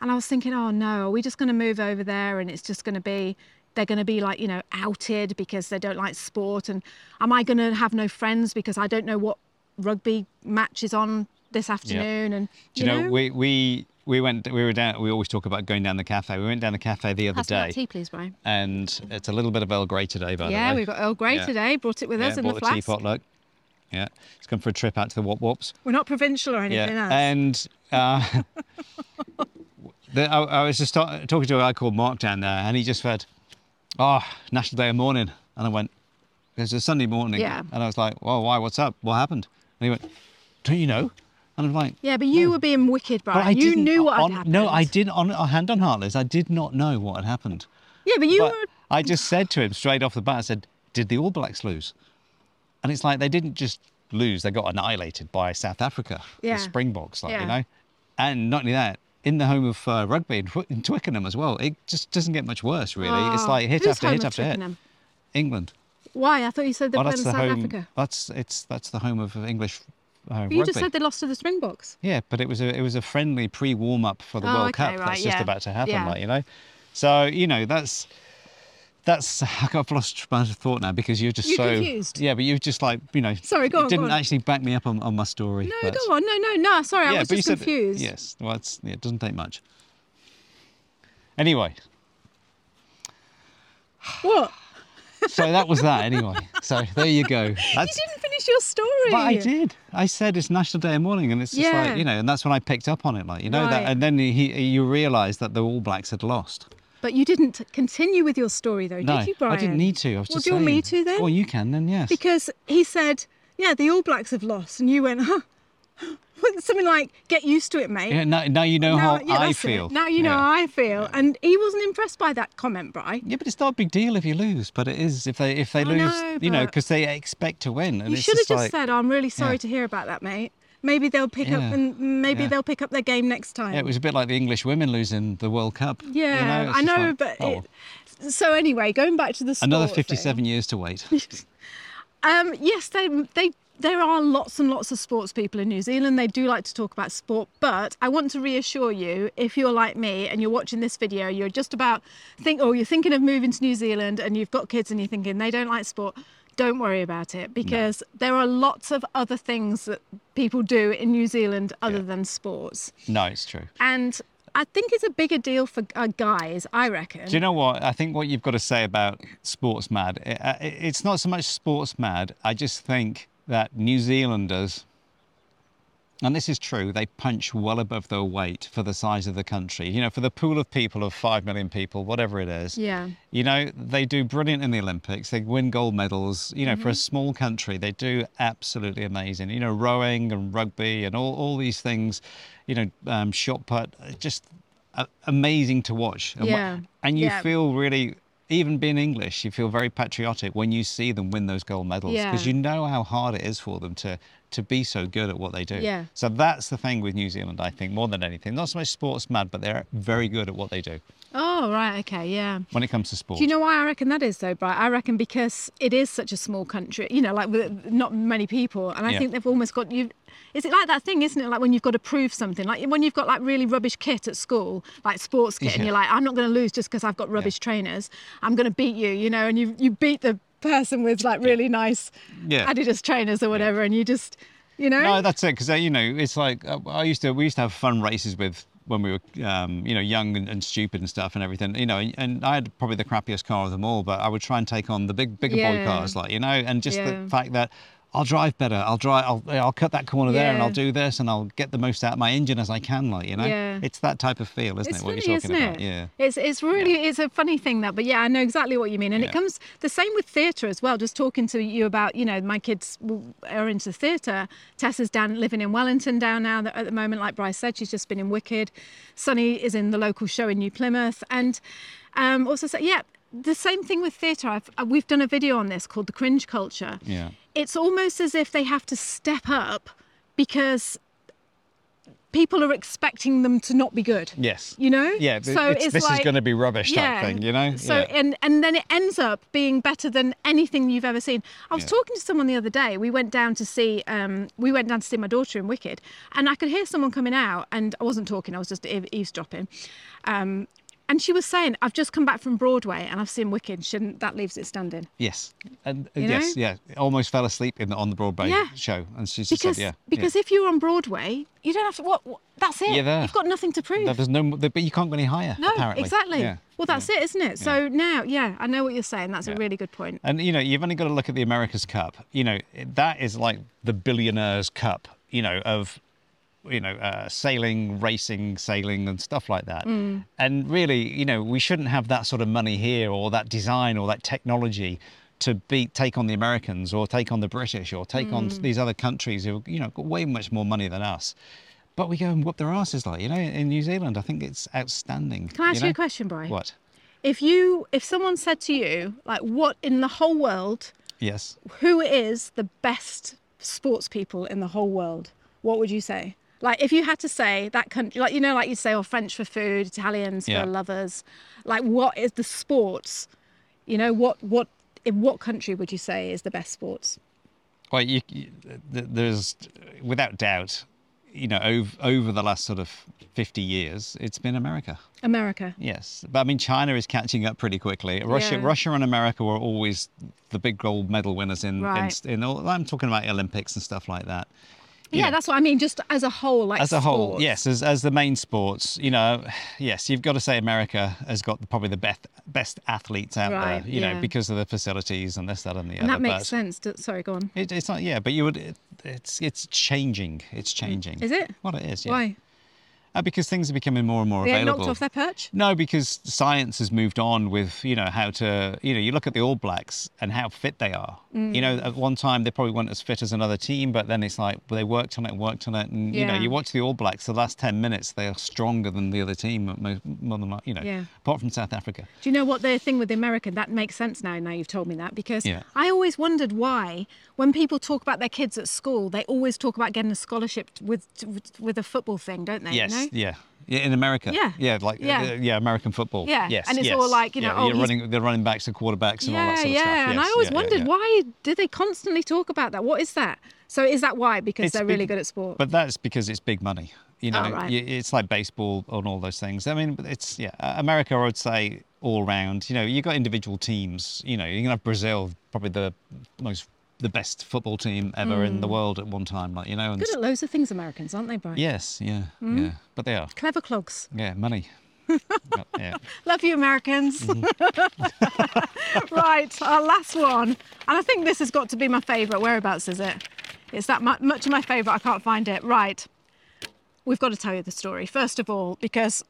[SPEAKER 1] and i was thinking oh no are we just going to move over there and it's just going to be they're going to be like you know outed because they don't like sport and am i going to have no friends because i don't know what rugby match is on this afternoon and
[SPEAKER 9] Do you know, we we we went we were down. We always talk about going down the cafe. We went down the cafe the other
[SPEAKER 1] pass me
[SPEAKER 9] day,
[SPEAKER 1] that tea please brian
[SPEAKER 9] and it's a little bit of Earl Grey today, by
[SPEAKER 1] yeah
[SPEAKER 9] the way.
[SPEAKER 1] we've got earl grey
[SPEAKER 9] Yeah.
[SPEAKER 1] today brought it with
[SPEAKER 9] yeah,
[SPEAKER 1] us in
[SPEAKER 9] bought
[SPEAKER 1] the flask
[SPEAKER 9] teapot. Look, yeah, it's gone for a trip out to the Wop Wops.
[SPEAKER 1] we're not provincial or
[SPEAKER 9] Yeah, um,
[SPEAKER 1] anything else
[SPEAKER 9] and uh, the, I, I was just ta- talking to a guy called Mark down there, and he just said, "Oh, National Day of Mourning," and I went, "It's a Sunday morning,"
[SPEAKER 1] Yeah.
[SPEAKER 9] and I was like, "Well, why? What's up? What happened?" And he went, "Don't you know?" And I'm like,
[SPEAKER 1] Yeah, but you were being wicked, Brian.
[SPEAKER 9] But I
[SPEAKER 1] you
[SPEAKER 9] didn't-
[SPEAKER 1] knew what had
[SPEAKER 9] on-
[SPEAKER 1] happened.
[SPEAKER 9] No, I didn't. On on hand on heart, Liz, I did not know what had happened.
[SPEAKER 1] Yeah, but you
[SPEAKER 9] but
[SPEAKER 1] were.
[SPEAKER 9] I just said to him straight off the bat, I said, "Did the All Blacks lose?" And it's like they didn't just lose, they got annihilated by South Africa,
[SPEAKER 1] Yeah.
[SPEAKER 9] the Springboks, like,
[SPEAKER 1] Yeah.
[SPEAKER 9] you know? And not only that, in the home of uh, rugby in, Twi- in Twickenham as well, it just doesn't get much worse, really. it's
[SPEAKER 1] Oh,
[SPEAKER 9] like hit
[SPEAKER 1] who's
[SPEAKER 9] after
[SPEAKER 1] home
[SPEAKER 9] hit
[SPEAKER 1] of
[SPEAKER 9] after
[SPEAKER 1] Twickenham?
[SPEAKER 9] hit. England.
[SPEAKER 1] Why? I thought you said they
[SPEAKER 9] Oh,
[SPEAKER 1] were
[SPEAKER 9] that's
[SPEAKER 1] playing
[SPEAKER 9] the
[SPEAKER 1] South
[SPEAKER 9] home.
[SPEAKER 1] Africa.
[SPEAKER 9] That's it's that's the home of English uh,
[SPEAKER 1] But you
[SPEAKER 9] rugby.
[SPEAKER 1] just said they lost to the Springboks.
[SPEAKER 9] Yeah, but it was a it was a friendly pre warm up for the
[SPEAKER 1] Oh,
[SPEAKER 9] World Cup
[SPEAKER 1] okay, right,
[SPEAKER 9] that's just
[SPEAKER 1] yeah.
[SPEAKER 9] about to happen,
[SPEAKER 1] Yeah.
[SPEAKER 9] like you know. So you know that's that's I've lost my thought now because you're just
[SPEAKER 1] You're
[SPEAKER 9] so
[SPEAKER 1] confused.
[SPEAKER 9] yeah, but you've just like you know.
[SPEAKER 1] Sorry, go
[SPEAKER 9] you
[SPEAKER 1] on, go
[SPEAKER 9] Didn't
[SPEAKER 1] on.
[SPEAKER 9] actually back me up on, on my story.
[SPEAKER 1] No,
[SPEAKER 9] but-
[SPEAKER 1] go on. No, no, no. Sorry, I was just
[SPEAKER 9] said-
[SPEAKER 1] confused.
[SPEAKER 9] yes, well, it's, yeah, it doesn't take much. Anyway,
[SPEAKER 1] What?
[SPEAKER 9] so that was that. Anyway, so there you go. That's,
[SPEAKER 1] You didn't finish your story.
[SPEAKER 9] But I did. I said it's National Day of Mourning, and it's just
[SPEAKER 1] Yeah.
[SPEAKER 9] like you know, and that's when I picked up on it, like you know that.
[SPEAKER 1] Right.
[SPEAKER 9] And then he, you realise that the All Blacks had lost.
[SPEAKER 1] But you didn't continue with your story, though,
[SPEAKER 9] no,
[SPEAKER 1] did you, Brian?
[SPEAKER 9] I didn't need to. I was
[SPEAKER 1] Well,
[SPEAKER 9] just
[SPEAKER 1] do you want me
[SPEAKER 9] saying.
[SPEAKER 1] to then?
[SPEAKER 9] Well, you can then, yes.
[SPEAKER 1] Because he said, "Yeah, the All Blacks have lost," and you went, "Huh." Something like, "Get used to it, mate."
[SPEAKER 9] yeah, now, now you know
[SPEAKER 1] Now-
[SPEAKER 9] how
[SPEAKER 1] yeah,
[SPEAKER 9] I
[SPEAKER 1] that's it.
[SPEAKER 9] feel.
[SPEAKER 1] Now you know
[SPEAKER 9] yeah.
[SPEAKER 1] how I feel, and he wasn't impressed by that comment, Brian.
[SPEAKER 9] Yeah, but it's not a big deal if you lose, but it is if they if they
[SPEAKER 1] I
[SPEAKER 9] lose,
[SPEAKER 1] know,
[SPEAKER 9] you know,
[SPEAKER 1] but-
[SPEAKER 9] because they expect to win. And
[SPEAKER 1] You
[SPEAKER 9] it's
[SPEAKER 1] should have just
[SPEAKER 9] like,
[SPEAKER 1] said, "Oh, "I'm really sorry
[SPEAKER 9] yeah.
[SPEAKER 1] to hear about that, mate." Maybe they'll pick up
[SPEAKER 9] Yeah.
[SPEAKER 1] and maybe
[SPEAKER 9] Yeah.
[SPEAKER 1] they'll pick up their game next time.
[SPEAKER 9] Yeah, it was a bit like the English women losing the World Cup. you
[SPEAKER 1] Yeah,
[SPEAKER 9] know, it's
[SPEAKER 1] I
[SPEAKER 9] just
[SPEAKER 1] know,
[SPEAKER 9] like,
[SPEAKER 1] but
[SPEAKER 9] oh, well.
[SPEAKER 1] it, so anyway, going back to the sport
[SPEAKER 9] another
[SPEAKER 1] thing.
[SPEAKER 9] 57 years to wait.
[SPEAKER 1] Um, yes, they, they, there are lots and lots of sports people in New Zealand. They do like to talk about sport, but I want to reassure you if you're like me and you're watching this video, you're just about think, or you're thinking of moving to New Zealand and you've got kids and you're thinking they don't like sport. Don't worry about it because there are lots of other things that people do in New Zealand other than sports.
[SPEAKER 9] no, it's true.
[SPEAKER 1] And I think it's a bigger deal for uh, guys, I reckon.
[SPEAKER 9] Do you know what? I think what you've got to say about sports mad, i i it's not so much sports mad. I just think that New Zealanders, and this is true, they punch well above their weight for the size of the country. You know, for the pool of people of 5 million people, whatever it is.
[SPEAKER 1] yeah.
[SPEAKER 9] You know, they do brilliant in the Olympics. They win gold medals. You know, for a
[SPEAKER 1] Mm-hmm.
[SPEAKER 9] small country, they do absolutely amazing. You know, rowing and rugby and all, all these things, you know, um, shot put, uh, just uh, amazing to watch. And, wha-
[SPEAKER 1] Yeah.
[SPEAKER 9] and you
[SPEAKER 1] Yeah.
[SPEAKER 9] feel really, even being English, you feel very patriotic when you see them win those gold medals because
[SPEAKER 1] Yeah.
[SPEAKER 9] you know how hard it is for them to, to be so good at what they do.
[SPEAKER 1] Yeah.
[SPEAKER 9] So that's the thing with New Zealand, I think, more than anything. Not so much sports mad, but they're very good at what they do
[SPEAKER 1] Oh, right. Okay. Yeah.
[SPEAKER 9] when it comes to sports.
[SPEAKER 1] Do you know why I reckon that is though, Bright? I reckon because it is such a small country, you know, like with not many people, and I
[SPEAKER 9] Yeah.
[SPEAKER 1] think they've almost got you. Is it like that thing, isn't it? Like when you've got to prove something, like when you've got like really rubbish kit at school, like sports kit, and
[SPEAKER 9] Yeah.
[SPEAKER 1] you're like, I'm not going to lose just because I've got rubbish trainers. I'm going to beat you, you know, and you you beat the person with like really nice
[SPEAKER 9] Yeah.
[SPEAKER 1] Adidas trainers or whatever, and you just, you know,
[SPEAKER 9] No, that's it. Because you know, it's like uh, I used to. We used to have fun races with when we were, um, you know, young and, and stupid and stuff and everything. You know, and, and I had probably the crappiest car of them all, but I would try and take on the big, bigger boy
[SPEAKER 1] Yeah.
[SPEAKER 9] cars, like you know, and just
[SPEAKER 1] Yeah.
[SPEAKER 9] the fact that. I'll drive better. I'll drive. I'll, I'll cut that corner there, and
[SPEAKER 1] Yeah.
[SPEAKER 9] I'll do this, and I'll get the most out of my engine as I can. Like you know,
[SPEAKER 1] Yeah.
[SPEAKER 9] it's that type of feel, isn't
[SPEAKER 1] It's
[SPEAKER 9] it?
[SPEAKER 1] funny,
[SPEAKER 9] what you're talking
[SPEAKER 1] isn't
[SPEAKER 9] about?
[SPEAKER 1] it?
[SPEAKER 9] Yeah.
[SPEAKER 1] It's it's really it's a funny thing that, but yeah, I know exactly what you mean, and it
[SPEAKER 9] Yeah.
[SPEAKER 1] comes the same with theatre as well. Just talking to you about you know my kids w- are into theatre. Tessa's down living in Wellington down now that- at the moment, like Bryce said, she's just been in Wicked. Sonny is in the local show in New Plymouth, and um, also so, yeah. The same thing with theatre. I've, uh, we've done a video on this called the cringe culture.
[SPEAKER 9] Yeah.
[SPEAKER 1] It's almost as if they have to step up because people are expecting them to not be good
[SPEAKER 9] Yes.
[SPEAKER 1] you know
[SPEAKER 9] Yeah. but it's- this is going to be rubbish type thing, you know.
[SPEAKER 1] so
[SPEAKER 9] Yeah.
[SPEAKER 1] and and then it ends up being better than anything you've ever seen i was
[SPEAKER 9] Yeah.
[SPEAKER 1] talking to someone the other day we went down to see um we went down to see my daughter in wicked and i could hear someone coming out and i wasn't talking i was just eav- eavesdropping um and she was saying i've just come back from broadway and i've seen wicked shouldn't that leaves it standing
[SPEAKER 9] Yes, and uh,
[SPEAKER 1] You
[SPEAKER 9] yes,
[SPEAKER 1] know?
[SPEAKER 9] yeah. Almost fell asleep in the, on the Broadway
[SPEAKER 1] Yeah.
[SPEAKER 9] show, and she just
[SPEAKER 1] because
[SPEAKER 9] said, "Yeah,
[SPEAKER 1] because if you're on broadway you don't have to what, what that's it
[SPEAKER 9] You're there.
[SPEAKER 1] you've got nothing to prove
[SPEAKER 9] yeah. There- there's no, mo- but you can't go any higher.
[SPEAKER 1] no
[SPEAKER 9] apparently.
[SPEAKER 1] exactly
[SPEAKER 9] Yeah.
[SPEAKER 1] well that's it isn't it so now yeah i know what you're saying that's a really good point
[SPEAKER 9] And you know, you've only got to look at the America's Cup. You know, that is like the billionaires' cup. You know, of you know, uh, sailing, racing, sailing, and stuff like that.
[SPEAKER 1] Mm.
[SPEAKER 9] And really, you know, we shouldn't have that sort of money here, or that design, or that technology to beat, take on the Americans, or take on the British, or take on
[SPEAKER 1] Mm.
[SPEAKER 9] these other countries who, you know, got way much more money than us. But we go and whoop their asses, like you know, in New Zealand. I think it's outstanding.
[SPEAKER 1] Can I ask you,
[SPEAKER 9] know?
[SPEAKER 1] a question, Brian?
[SPEAKER 9] What?
[SPEAKER 1] If you, if someone said to you, like, what in the whole world
[SPEAKER 9] Yes.
[SPEAKER 1] who is the best sports people in the whole world, what would you say? Like, if you had to say that country, like, you know, like you say, oh, French for food, Italians
[SPEAKER 9] Yeah.
[SPEAKER 1] for lovers, like, what is the sports? You know, what, what, in what country would you say is the best sports?
[SPEAKER 9] Well, you, you, th- there's without doubt, you know, over, over the last sort of 50 years, it's been America.
[SPEAKER 1] America.
[SPEAKER 9] Yes, but I mean, China is catching up pretty quickly. Russia,
[SPEAKER 1] Yeah.
[SPEAKER 9] Russia, and America were always the big gold medal winners in.
[SPEAKER 1] Right.
[SPEAKER 9] In, in all, I'm talking about Olympics and stuff like that. You
[SPEAKER 1] Yeah,
[SPEAKER 9] know,
[SPEAKER 1] that's what I mean, just as a whole, like,
[SPEAKER 9] as a whole,
[SPEAKER 1] sports.
[SPEAKER 9] yes, as, as the main sports, you know, yes, you've got to say America has got probably the best best athletes out
[SPEAKER 1] Right,
[SPEAKER 9] there, you
[SPEAKER 1] yeah.
[SPEAKER 9] know, because of the facilities and this, that, and the
[SPEAKER 1] And
[SPEAKER 9] other.
[SPEAKER 1] that makes
[SPEAKER 9] but
[SPEAKER 1] sense. Do- Sorry, go on.
[SPEAKER 9] It, it's not, yeah, but you would. It, it's it's changing. It's changing.
[SPEAKER 1] Is it?
[SPEAKER 9] Well, it is. Yeah.
[SPEAKER 1] Why?
[SPEAKER 9] Uh, because things are becoming more and more
[SPEAKER 1] They get
[SPEAKER 9] available.
[SPEAKER 1] knocked off their perch?
[SPEAKER 9] No, because science has moved on with, you know, how to, you know, you look at the All Blacks and how fit they are.
[SPEAKER 1] Mm.
[SPEAKER 9] You know, at one time they probably weren't as fit as another team, but then it's like well, they worked on it and worked on it. And, you know,
[SPEAKER 1] Yeah.
[SPEAKER 9] you watch the All Blacks, the last 10 minutes, they are stronger than the other team, mo- more than, you know,
[SPEAKER 1] Yeah.
[SPEAKER 9] apart from South Africa.
[SPEAKER 1] Do you know what the thing with the American? That makes sense now. Now you've told me that because
[SPEAKER 9] Yeah.
[SPEAKER 1] I always wondered why, when people talk about their kids at school, they always talk about getting a scholarship with with a football thing, don't they?
[SPEAKER 9] Yes.
[SPEAKER 1] You know?
[SPEAKER 9] Yeah. Yeah, in America.
[SPEAKER 1] Yeah.
[SPEAKER 9] Yeah, like
[SPEAKER 1] Yeah.
[SPEAKER 9] yeah, yeah American football.
[SPEAKER 1] Yeah,
[SPEAKER 9] Yes.
[SPEAKER 1] and it's
[SPEAKER 9] yes.
[SPEAKER 1] all like, you know,
[SPEAKER 9] yeah,
[SPEAKER 1] oh,
[SPEAKER 9] you're
[SPEAKER 1] he's-
[SPEAKER 9] running the running backs and quarterbacks and all that
[SPEAKER 1] yeah,
[SPEAKER 9] sort of
[SPEAKER 1] yeah.
[SPEAKER 9] stuff.
[SPEAKER 1] and
[SPEAKER 9] Yes,
[SPEAKER 1] I always
[SPEAKER 9] yeah, yeah,
[SPEAKER 1] wondered
[SPEAKER 9] yeah.
[SPEAKER 1] why do they constantly talk about that? What is that? So is that why? Because
[SPEAKER 9] It's
[SPEAKER 1] they're
[SPEAKER 9] big-
[SPEAKER 1] really good at sport.
[SPEAKER 9] But that's because it's big money. You know,
[SPEAKER 1] Oh, right.
[SPEAKER 9] y- it's like baseball and all those things. I mean, it's yeah, uh, America. I would say all round. You know, you have got individual teams. You know, you can have Brazil, probably the most the best football team ever in the world at one time. Like you know, and
[SPEAKER 1] Hmm. good at Hmm? loads of things, Americans, aren't they, Brian?
[SPEAKER 9] yes, yeah, yeah. But they are
[SPEAKER 1] Clever clogs.
[SPEAKER 9] yeah, money. yeah.
[SPEAKER 1] Love you, Americans.
[SPEAKER 9] Mm-hmm.
[SPEAKER 1] right, our last one. And I think this has got to be my favourite. Whereabouts is it? It's that mu- much of my favourite. I can't find it. Right. We've got to tell you the story, first of all, because.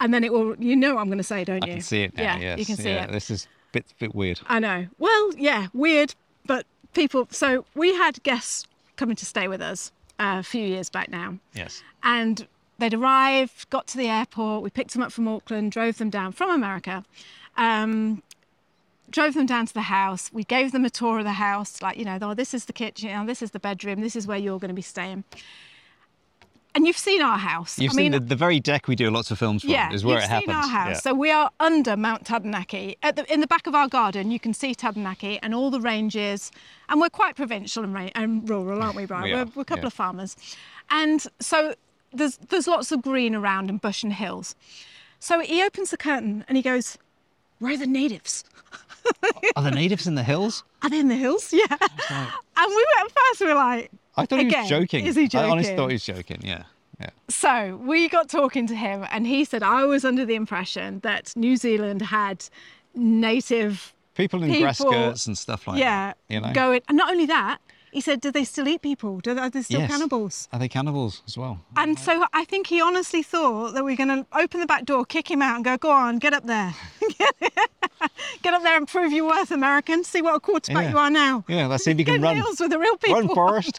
[SPEAKER 1] And then it will, you know what I'm going to say, don't
[SPEAKER 9] I
[SPEAKER 1] you?
[SPEAKER 9] can see it now.
[SPEAKER 1] Yeah,
[SPEAKER 9] yes,
[SPEAKER 1] you can see
[SPEAKER 9] yeah.
[SPEAKER 1] it.
[SPEAKER 9] This is a bit bit weird.
[SPEAKER 1] I know. Well, yeah, weird, but people. So we had guests coming to stay with us uh, a few years back now
[SPEAKER 9] Yes.
[SPEAKER 1] and they'd arrived, got to the airport. We picked them up from Auckland, drove them down from America, um, drove them down to the house. We gave them a tour of the house, like you know, oh, this is the kitchen, oh, this is the bedroom, this is where you're going to be staying. And you've seen our house.
[SPEAKER 9] You've
[SPEAKER 1] I
[SPEAKER 9] seen
[SPEAKER 1] mean,
[SPEAKER 9] the, the very deck we do lots of films from
[SPEAKER 1] yeah,
[SPEAKER 9] is where
[SPEAKER 1] you've
[SPEAKER 9] it happens.
[SPEAKER 1] seen our house.
[SPEAKER 9] Yeah.
[SPEAKER 1] So we are under Mount Taranaki. At the, in the back of our garden, you can see Taranaki and all the ranges. And we're quite provincial and, ra- and rural, aren't we, Brian?
[SPEAKER 9] We
[SPEAKER 1] are,
[SPEAKER 9] are,
[SPEAKER 1] we're a couple
[SPEAKER 9] yeah.
[SPEAKER 1] of farmers. And so there's, there's lots of green around and bush and hills. So he opens the curtain and he goes, where are the natives?
[SPEAKER 9] Are the natives in the hills?
[SPEAKER 1] Are they in the hills? Yeah. and we were at first, we were like,
[SPEAKER 9] I thought
[SPEAKER 1] Again,
[SPEAKER 9] he was joking.
[SPEAKER 1] is he
[SPEAKER 9] I honestly
[SPEAKER 1] joking?
[SPEAKER 9] thought he was joking. Yeah, yeah.
[SPEAKER 1] So we got talking to him, and he said, I was under the impression that New Zealand had native
[SPEAKER 9] People in grass
[SPEAKER 1] People-
[SPEAKER 9] skirts and stuff like
[SPEAKER 1] yeah,
[SPEAKER 9] that. You know?
[SPEAKER 1] going. And not only that, he said, "Do they still eat people? Do they, are they still
[SPEAKER 9] Yes.
[SPEAKER 1] cannibals?"
[SPEAKER 9] Are they cannibals as well?
[SPEAKER 1] And so I think he honestly thought that we're going to open the back door, kick him out, and go, "Go on, get up there, get up there, and prove your worth, American. See what a quarterback
[SPEAKER 9] Yeah.
[SPEAKER 1] you are now."
[SPEAKER 9] Yeah, let's see if you can
[SPEAKER 1] Get in
[SPEAKER 9] run.
[SPEAKER 1] the hills with the real people.
[SPEAKER 9] Run, Forrest.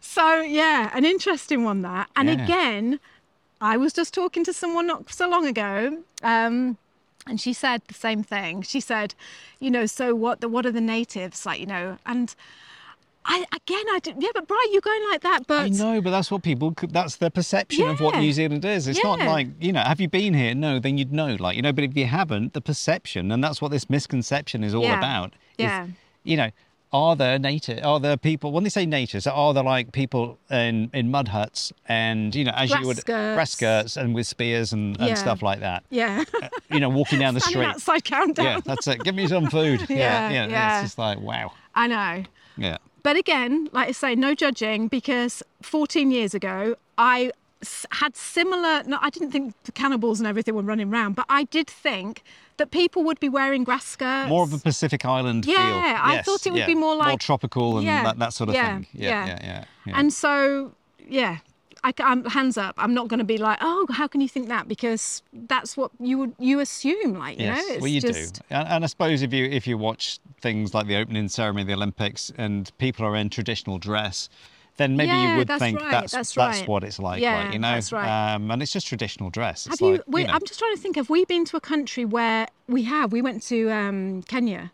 [SPEAKER 1] So yeah, an interesting one that. And
[SPEAKER 9] Yeah.
[SPEAKER 1] again, I was just talking to someone not so long ago, um, and she said the same thing. She said, you know, so what? The what are the natives like? You know, and I again, I did. Yeah, but Brian, you're going like that, but
[SPEAKER 9] I know, but that's what people, could, that's their perception of what
[SPEAKER 1] Yeah.
[SPEAKER 9] New Zealand is. It's not
[SPEAKER 1] Yeah.
[SPEAKER 9] like, you know, have you been here? No, then you'd know. Like, you know, but if you haven't, the perception, and that's what this misconception is all
[SPEAKER 1] Yeah.
[SPEAKER 9] about. is,
[SPEAKER 1] Yeah.
[SPEAKER 9] you know, are there native, are there people, when they say natives, are there like people in, in mud huts and, you know, as
[SPEAKER 1] Grass
[SPEAKER 9] you would,
[SPEAKER 1] skirts.
[SPEAKER 9] grass skirts and with spears and,
[SPEAKER 1] Yeah.
[SPEAKER 9] and stuff like that?
[SPEAKER 1] yeah,
[SPEAKER 9] You know, walking down the
[SPEAKER 1] standing
[SPEAKER 9] street.
[SPEAKER 1] outside countdown.
[SPEAKER 9] Uh, Yeah, that's it. Give me some food.
[SPEAKER 1] Yeah,
[SPEAKER 9] yeah, yeah,
[SPEAKER 1] yeah.
[SPEAKER 9] It's just like wow.
[SPEAKER 1] I know.
[SPEAKER 9] Yeah.
[SPEAKER 1] But again, like I say, no judging because 14 years ago, I s- had similar. No, I didn't think the cannibals and everything were running around, but I did think that people would be wearing grass skirts.
[SPEAKER 9] More of a Pacific Island feel.
[SPEAKER 1] Yeah, I thought it would be more like-
[SPEAKER 9] tropical and
[SPEAKER 1] Yeah,
[SPEAKER 9] that, that sort of
[SPEAKER 1] yeah,
[SPEAKER 9] thing. Yeah,
[SPEAKER 1] yeah.
[SPEAKER 9] yeah, yeah. yeah.
[SPEAKER 1] And so, yeah, I, am hands up. I'm not going to be like, oh, how can you think that? Because that's what you would you assume, like you
[SPEAKER 9] yes,
[SPEAKER 1] know. It's
[SPEAKER 9] well, you
[SPEAKER 1] just,
[SPEAKER 9] do. And, and I suppose if you if you watch things like the opening ceremony of the Olympics and people are in traditional dress. Then maybe
[SPEAKER 1] Yeah,
[SPEAKER 9] you would
[SPEAKER 1] that's
[SPEAKER 9] think
[SPEAKER 1] right,
[SPEAKER 9] that's
[SPEAKER 1] that's right.
[SPEAKER 9] what it's like,
[SPEAKER 1] Yeah,
[SPEAKER 9] like you know,
[SPEAKER 1] that's right.
[SPEAKER 9] um, and it's just traditional dress.
[SPEAKER 1] Have
[SPEAKER 9] It's
[SPEAKER 1] you?
[SPEAKER 9] like,
[SPEAKER 1] wait,
[SPEAKER 9] know,
[SPEAKER 1] I'm just trying to think. Have we been to a country where we have? We went to um, Kenya,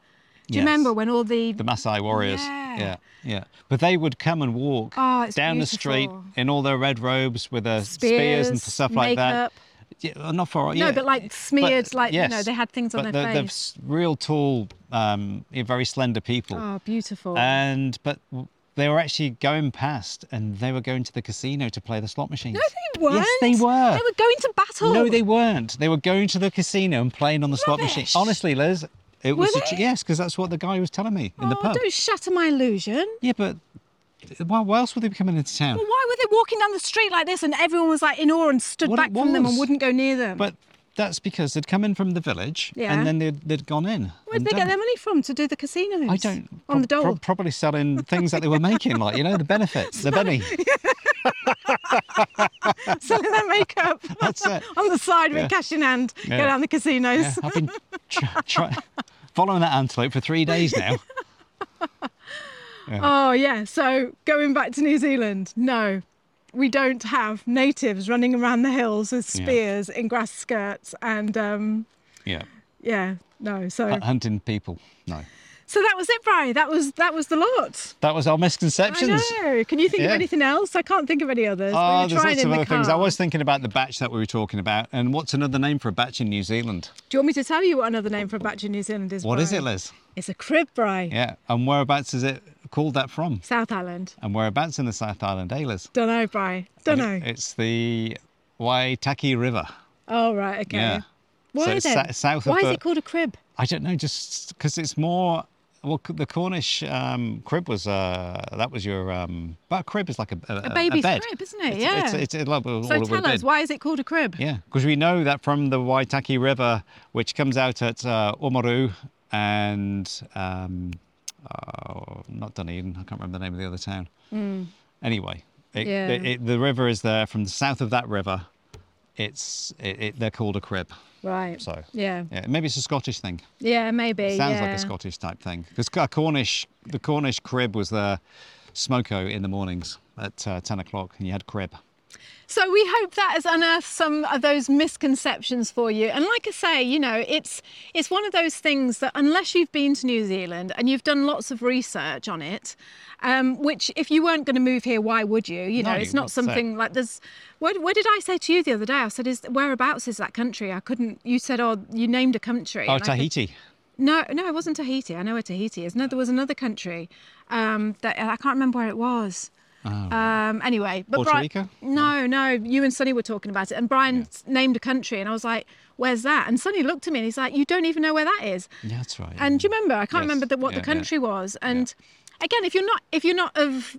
[SPEAKER 1] you
[SPEAKER 9] Yes.
[SPEAKER 1] remember when all the,
[SPEAKER 9] the Maasai warriors.
[SPEAKER 1] Yeah.
[SPEAKER 9] yeah, yeah. But they would come and walk
[SPEAKER 1] Oh, it's
[SPEAKER 9] down the street
[SPEAKER 1] beautiful.
[SPEAKER 9] in all their red robes with their spears, and
[SPEAKER 1] Spears,
[SPEAKER 9] stuff like
[SPEAKER 1] makeup.
[SPEAKER 9] that. Yeah, not for
[SPEAKER 1] No, but, like, smeared, like, you know, they had things on
[SPEAKER 9] but
[SPEAKER 1] their
[SPEAKER 9] they're- they're s-
[SPEAKER 1] face.
[SPEAKER 9] real tall, um, yeah, very slender people.
[SPEAKER 1] oh, beautiful.
[SPEAKER 9] Uh, And but w- they were actually going past, and they were going to the casino to play the slot machines.
[SPEAKER 1] no, they weren't.
[SPEAKER 9] Yes, they were.
[SPEAKER 1] They were going to battle.
[SPEAKER 9] No, they weren't. They were going to the casino and playing on the slot machine.
[SPEAKER 1] Rubbish.
[SPEAKER 9] Honestly, Liz, it was a,
[SPEAKER 1] they?
[SPEAKER 9] yes, because that's what the guy was telling me in the
[SPEAKER 1] Oh,
[SPEAKER 9] pub.
[SPEAKER 1] don't shatter my illusion.
[SPEAKER 9] Yeah, but why, why else would they be coming into town?
[SPEAKER 1] Well, why were they walking down the street like this and everyone was like in awe and stood
[SPEAKER 9] Well,
[SPEAKER 1] back
[SPEAKER 9] it
[SPEAKER 1] from them and
[SPEAKER 9] was.
[SPEAKER 1] wouldn't go near them?
[SPEAKER 9] But that's because they'd come in from the village
[SPEAKER 1] Yeah.
[SPEAKER 9] and then they'd, they'd gone in.
[SPEAKER 1] Where'd
[SPEAKER 9] and
[SPEAKER 1] they get
[SPEAKER 9] done
[SPEAKER 1] their
[SPEAKER 9] it.
[SPEAKER 1] money from to do the casinos?
[SPEAKER 9] I don't.
[SPEAKER 1] On the
[SPEAKER 9] prob-
[SPEAKER 1] dole.
[SPEAKER 9] prob- probably selling things that they were making, like, you know, the benefits, the penny.
[SPEAKER 1] selling their makeup.
[SPEAKER 9] That's it.
[SPEAKER 1] on the side with
[SPEAKER 9] Yeah.
[SPEAKER 1] cash in hand, go
[SPEAKER 9] Yeah.
[SPEAKER 1] down the casinos.
[SPEAKER 9] Yeah, I've been try, try, following that antelope for three days now.
[SPEAKER 1] Oh, yeah. So going back to New Zealand, no, we don't have natives running around the hills with
[SPEAKER 9] Yeah.
[SPEAKER 1] spears in grass skirts and, um,
[SPEAKER 9] Yeah.
[SPEAKER 1] yeah, no. So,
[SPEAKER 9] Hu- Hunting people. No.
[SPEAKER 1] so that was it, Bri. That was that was the lot.
[SPEAKER 9] That was our
[SPEAKER 1] I
[SPEAKER 9] misconceptions.
[SPEAKER 1] know. Can you think of
[SPEAKER 9] Yeah.
[SPEAKER 1] anything else? I can't think of any others. but
[SPEAKER 9] Oh,
[SPEAKER 1] you're
[SPEAKER 9] there's
[SPEAKER 1] trying
[SPEAKER 9] lots
[SPEAKER 1] in
[SPEAKER 9] of
[SPEAKER 1] the
[SPEAKER 9] other things. I
[SPEAKER 1] car.
[SPEAKER 9] was thinking about the batch that we were talking about, and what's another name for a batch in New Zealand?
[SPEAKER 1] Do you want me to tell you what another name for a batch in New Zealand is?
[SPEAKER 9] What is
[SPEAKER 1] Bri?
[SPEAKER 9] it, Liz?
[SPEAKER 1] It's a crib, Bri.
[SPEAKER 9] Yeah, and whereabouts is it called that from?
[SPEAKER 1] South Island.
[SPEAKER 9] And whereabouts in the South Island, eh, Liz?
[SPEAKER 1] Don't know, Bri. Don't know.
[SPEAKER 9] It's the Waitaki River.
[SPEAKER 1] oh, right. Okay.
[SPEAKER 9] Yeah.
[SPEAKER 1] Why
[SPEAKER 9] so it's
[SPEAKER 1] then?
[SPEAKER 9] sa- south of
[SPEAKER 1] Why is
[SPEAKER 9] the-
[SPEAKER 1] it called a crib?
[SPEAKER 9] I don't know, just because it's more. Well, c- the Cornish um, crib was uh, that was your. Um, but a crib is like a, a, a- a
[SPEAKER 1] baby's
[SPEAKER 9] bed.
[SPEAKER 1] crib, isn't it?
[SPEAKER 9] It's,
[SPEAKER 1] Yeah.
[SPEAKER 9] It's, it's, it's like a- all
[SPEAKER 1] So
[SPEAKER 9] of a
[SPEAKER 1] tell us,
[SPEAKER 9] bed.
[SPEAKER 1] why is it called a crib?
[SPEAKER 9] Yeah, because we know that from the Waitaki River, which comes out at uh, Oamaru and um, oh, not Dunedin. I can't remember the name of the other town. Anyway, it,
[SPEAKER 1] Mm. Yeah.
[SPEAKER 9] it, it, the river is there from the south of that river. It's it, it, they're called a crib.
[SPEAKER 1] Right.
[SPEAKER 9] So
[SPEAKER 1] Yeah.
[SPEAKER 9] yeah, maybe it's a Scottish thing.
[SPEAKER 1] Yeah, maybe.
[SPEAKER 9] Sounds like
[SPEAKER 1] yeah.
[SPEAKER 9] a Scottish type thing. Because Cornish, the Cornish crib was the smoko in the mornings at uh, ten o'clock, and you had crib. Oh,
[SPEAKER 1] So we hope that has unearthed some of those misconceptions for you. And like I say, you know, it's it's one of those things that unless you've been to New Zealand and you've done lots of research on it, um, which if you weren't going to move here, why would you? You know,
[SPEAKER 9] No,
[SPEAKER 1] it's not
[SPEAKER 9] that's it.
[SPEAKER 1] something like there's. Where, where did I say to you the other day? I said, "Is whereabouts is that country?" I couldn't. You said, "Oh, you named a country."
[SPEAKER 9] Oh,
[SPEAKER 1] and I could-
[SPEAKER 9] Tahiti.
[SPEAKER 1] No, no, it wasn't Tahiti. I know where Tahiti is. No, there was another country um, that I can't remember where it was. Um, anyway, but
[SPEAKER 9] Oh, Puerto
[SPEAKER 1] Bri-
[SPEAKER 9] Rico?
[SPEAKER 1] No, no. You and Sonny were talking about it, and Brian s- named a country, and I was like, "Where's that?" And Sonny looked at me, and he's like, "You don't even know where that is."
[SPEAKER 9] Yeah, that's right.
[SPEAKER 1] And do you remember? I can't
[SPEAKER 9] Yes.
[SPEAKER 1] remember the, what
[SPEAKER 9] Yeah,
[SPEAKER 1] the
[SPEAKER 9] yeah.
[SPEAKER 1] country was. And again, if you're not, if you're not of,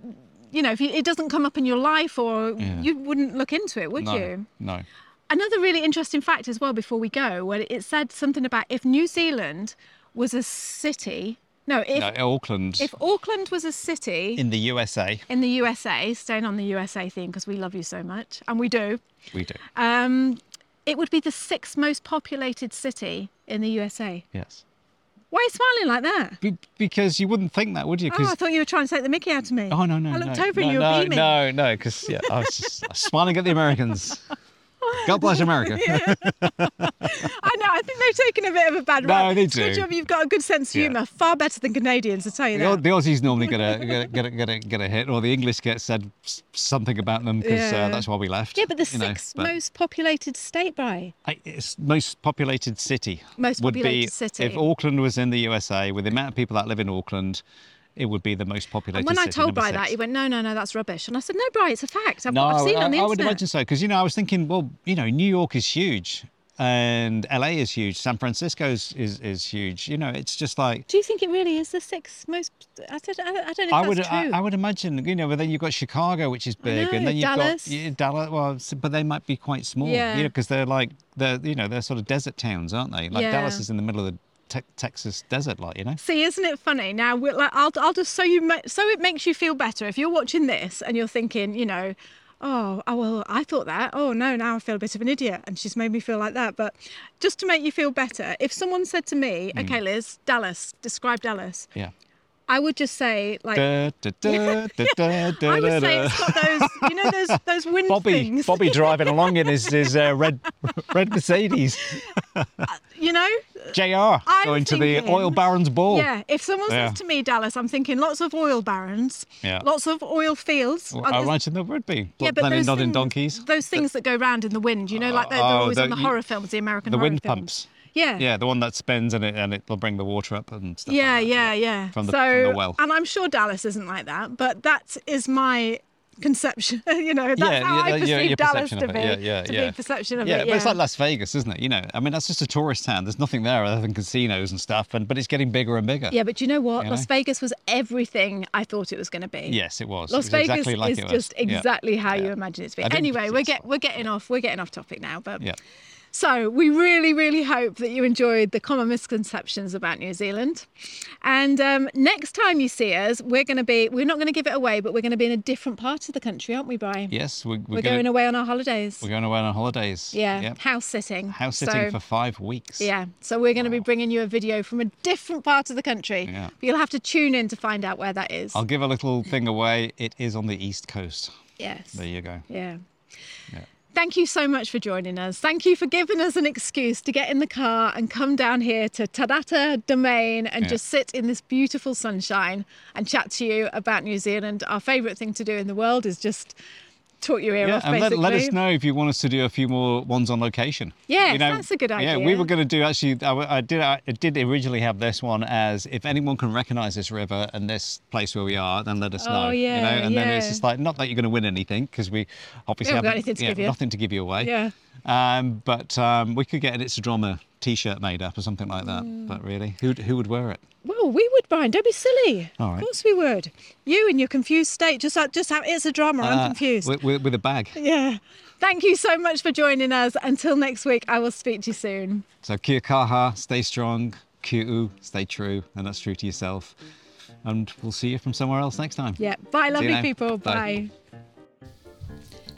[SPEAKER 1] you know, if you, it doesn't come up in your life, or
[SPEAKER 9] Yeah.
[SPEAKER 1] you wouldn't look into it, would
[SPEAKER 9] no,
[SPEAKER 1] you?
[SPEAKER 9] No.
[SPEAKER 1] Another really interesting fact as well before we go, where it said something about if New Zealand was a city, no, if,
[SPEAKER 9] no, Auckland
[SPEAKER 1] if Auckland was a city in,
[SPEAKER 9] in the USA.
[SPEAKER 1] the USA, staying on the USA theme because we love you so much, and we do,
[SPEAKER 9] We do.
[SPEAKER 1] um, it would be the sixth most populated city in the USA.
[SPEAKER 9] yes.
[SPEAKER 1] Why are you smiling like that?
[SPEAKER 9] Be- because you wouldn't think that, would you?
[SPEAKER 1] Oh, I
[SPEAKER 9] Because
[SPEAKER 1] thought you were trying to take the mickey out of me.
[SPEAKER 9] oh no no
[SPEAKER 1] I looked
[SPEAKER 9] no,
[SPEAKER 1] over
[SPEAKER 9] no,
[SPEAKER 1] and you were
[SPEAKER 9] no,
[SPEAKER 1] beaming.
[SPEAKER 9] No no because yeah I was just I was smiling at the Americans. God bless America.
[SPEAKER 1] I know. I think they've taken a bit of a bad
[SPEAKER 9] No,
[SPEAKER 1] rap.
[SPEAKER 9] they
[SPEAKER 1] It's a Good
[SPEAKER 9] do.
[SPEAKER 1] job you've got a good sense of
[SPEAKER 9] Yeah.
[SPEAKER 1] humour. Far better than Canadians, I tell you
[SPEAKER 9] The,
[SPEAKER 1] that.
[SPEAKER 9] Au- the Aussies normally get a get a, get a, get a get a hit, or the English get said s- something about them because
[SPEAKER 1] Yeah.
[SPEAKER 9] uh, that's why we left.
[SPEAKER 1] Yeah, but the
[SPEAKER 9] you know,
[SPEAKER 1] sixth
[SPEAKER 9] but-
[SPEAKER 1] most populated state by.
[SPEAKER 9] I, it's most populated city.
[SPEAKER 1] Most
[SPEAKER 9] would be
[SPEAKER 1] populated city.
[SPEAKER 9] If Auckland was in the USA, with the amount of people that live in Auckland, it would be the most populated.
[SPEAKER 1] And when I
[SPEAKER 9] city,
[SPEAKER 1] told
[SPEAKER 9] number
[SPEAKER 1] Bry
[SPEAKER 9] six.
[SPEAKER 1] that, he went, "No, no, no, that's rubbish." And I said, "No, Bry, it's a fact. I've, I've seen it
[SPEAKER 9] I,
[SPEAKER 1] on the
[SPEAKER 9] I
[SPEAKER 1] internet."
[SPEAKER 9] would imagine so because you know I was thinking, well, you know, New York is huge, and LA is huge, San Francisco is is, is huge. You know, it's just like
[SPEAKER 1] Do you think it really is the sixth most? I don't, I don't- I don't know if
[SPEAKER 9] I would
[SPEAKER 1] that's
[SPEAKER 9] I,
[SPEAKER 1] true.
[SPEAKER 9] I would imagine, you know, but then you've got Chicago, which is big,
[SPEAKER 1] know,
[SPEAKER 9] and then you've
[SPEAKER 1] Dallas.
[SPEAKER 9] got yeah, Dallas. Well, s- but they might be quite small,
[SPEAKER 1] Yeah.
[SPEAKER 9] you know, because they're like they're you know they're sort of desert towns, aren't they? Like
[SPEAKER 1] Yeah.
[SPEAKER 9] Dallas is in the middle of the te- Texas desert, like you know.
[SPEAKER 1] See, isn't it funny? Now, we're like, I'll, I'll just so you ma- so it makes you feel better if you're watching this and you're thinking, you know, oh, oh, well, I thought that. Oh no, now I feel a bit of an idiot, and she's made me feel like that. But just to make you feel better, if someone said to me,
[SPEAKER 9] Hmm.
[SPEAKER 1] "Okay, Liz, Dallas, describe Dallas,"
[SPEAKER 9] Yeah.
[SPEAKER 1] I would just say like.
[SPEAKER 9] Da, da, da, da, da, da,
[SPEAKER 1] I would say
[SPEAKER 9] da.
[SPEAKER 1] it's got those, you know, those those wind
[SPEAKER 9] Bobby,
[SPEAKER 1] things.
[SPEAKER 9] Bobby driving along in his, his uh, red red Mercedes.
[SPEAKER 1] you know?
[SPEAKER 9] JR
[SPEAKER 1] I'm
[SPEAKER 9] going to the
[SPEAKER 1] thinking-
[SPEAKER 9] oil barons ball.
[SPEAKER 1] Yeah, if someone
[SPEAKER 9] Oh. Yeah.
[SPEAKER 1] says to me Dallas, I'm thinking lots of oil barons,
[SPEAKER 9] Yeah.
[SPEAKER 1] lots of oil fields.
[SPEAKER 9] Well,
[SPEAKER 1] Oh,
[SPEAKER 9] I
[SPEAKER 1] there's-
[SPEAKER 9] imagine there would be.
[SPEAKER 1] yeah, but
[SPEAKER 9] Blood-planning
[SPEAKER 1] those
[SPEAKER 9] nodding
[SPEAKER 1] things,
[SPEAKER 9] donkeys.
[SPEAKER 1] those things that go round in the wind, you know, like they're, they're
[SPEAKER 9] Oh,
[SPEAKER 1] always
[SPEAKER 9] the-
[SPEAKER 1] on the
[SPEAKER 9] you-
[SPEAKER 1] horror films, the American
[SPEAKER 9] the
[SPEAKER 1] horror
[SPEAKER 9] wind
[SPEAKER 1] films.
[SPEAKER 9] pumps.
[SPEAKER 1] Yeah.
[SPEAKER 9] Yeah, the one that spins and it and it'll bring the water up and stuff. like
[SPEAKER 1] Yeah,
[SPEAKER 9] that.
[SPEAKER 1] yeah, yeah.
[SPEAKER 9] From the-
[SPEAKER 1] so,
[SPEAKER 9] from the well.
[SPEAKER 1] and I'm sure Dallas isn't like that, but that is my conception. you know, that's
[SPEAKER 9] Yeah,
[SPEAKER 1] how
[SPEAKER 9] yeah,
[SPEAKER 1] I
[SPEAKER 9] your-
[SPEAKER 1] perceive
[SPEAKER 9] your
[SPEAKER 1] Dallas
[SPEAKER 9] perception
[SPEAKER 1] to
[SPEAKER 9] of
[SPEAKER 1] be.
[SPEAKER 9] it. Yeah, yeah,
[SPEAKER 1] to
[SPEAKER 9] yeah.
[SPEAKER 1] be perception of
[SPEAKER 9] yeah,
[SPEAKER 1] it.
[SPEAKER 9] but it's
[SPEAKER 1] yeah.
[SPEAKER 9] like Las Vegas, isn't it? You know, I mean, that's just a tourist town. There's nothing there other than casinos and stuff, and but it's getting bigger and bigger.
[SPEAKER 1] Yeah, but you know what?
[SPEAKER 9] You
[SPEAKER 1] Las
[SPEAKER 9] know?
[SPEAKER 1] Vegas was everything I thought it was going to be.
[SPEAKER 9] Yes, it was. It
[SPEAKER 1] Las
[SPEAKER 9] was
[SPEAKER 1] Vegas
[SPEAKER 9] exactly like
[SPEAKER 1] is
[SPEAKER 9] it was.
[SPEAKER 1] just
[SPEAKER 9] Yeah.
[SPEAKER 1] exactly how you
[SPEAKER 9] Yeah.
[SPEAKER 1] imagine it to be.
[SPEAKER 9] I didn't
[SPEAKER 1] Anyway,
[SPEAKER 9] think
[SPEAKER 1] we're
[SPEAKER 9] so.
[SPEAKER 1] get we're getting off we're getting off topic now, but
[SPEAKER 9] Yeah.
[SPEAKER 1] So, we really, really hope that you enjoyed the common misconceptions about New Zealand. And um, next time you see us, we're going to be, we're not going to give it away, but we're going to be in a different part of the country, aren't we, Brian?
[SPEAKER 9] Yes, we're, we're,
[SPEAKER 1] We're
[SPEAKER 9] gonna-
[SPEAKER 1] going away on our holidays.
[SPEAKER 9] We're going away on holidays.
[SPEAKER 1] Yeah,
[SPEAKER 9] Yep.
[SPEAKER 1] house sitting.
[SPEAKER 9] House sitting
[SPEAKER 1] So-
[SPEAKER 9] for five weeks.
[SPEAKER 1] Yeah, so we're going to be bringing you a video from a different part of the country.
[SPEAKER 9] Yeah.
[SPEAKER 1] But you'll have to tune in to find out where that is.
[SPEAKER 9] I'll give a little thing away. It is on the east coast.
[SPEAKER 1] yes.
[SPEAKER 9] There you go.
[SPEAKER 1] Yeah. Thank you so much for joining us. Thank you for giving us an excuse to get in the car and come down here to Tadata Domain and
[SPEAKER 9] Yeah.
[SPEAKER 1] just sit in this beautiful sunshine and chat to you about New Zealand. Our favourite thing to do in the world is just talk your ear
[SPEAKER 9] Yeah,
[SPEAKER 1] off,
[SPEAKER 9] and let,
[SPEAKER 1] basically.
[SPEAKER 9] let us know if you want us to do a few more ones on location.
[SPEAKER 1] Yes, that's a good
[SPEAKER 9] Yeah, we
[SPEAKER 1] idea.
[SPEAKER 9] were going to do actually. I, w- I did. I did originally have this one as if anyone can recognise this river and this place where we are, then let us
[SPEAKER 1] Oh,
[SPEAKER 9] know. you
[SPEAKER 1] yeah,
[SPEAKER 9] know, and then it's
[SPEAKER 1] yeah.
[SPEAKER 9] just like not that you're going to win anything because we obviously
[SPEAKER 1] haven't got
[SPEAKER 9] haven't-
[SPEAKER 1] anything to
[SPEAKER 9] yeah,
[SPEAKER 1] give you.
[SPEAKER 9] nothing to give you away.
[SPEAKER 1] Yeah.
[SPEAKER 9] Um, but um, we could get an It's a Drama T-shirt made up or something like that.
[SPEAKER 1] Mm.
[SPEAKER 9] But really, who who would wear it?
[SPEAKER 1] Well, we would, Brian. Don't be silly.
[SPEAKER 9] All
[SPEAKER 1] Of
[SPEAKER 9] right.
[SPEAKER 1] course we would. You in your confused state, just like, just how it's a drama.
[SPEAKER 9] Uh,
[SPEAKER 1] I'm confused.
[SPEAKER 9] With, with, with a bag.
[SPEAKER 1] Yeah. Thank you so much for joining us. Until next week, I will speak to you soon.
[SPEAKER 9] So kia kaha, stay strong, kiu, stay true, and that's true to yourself. And we'll see you from somewhere else next time.
[SPEAKER 1] Yeah. Bye, lovely
[SPEAKER 9] now.
[SPEAKER 1] people.
[SPEAKER 9] Bye.
[SPEAKER 1] Bye.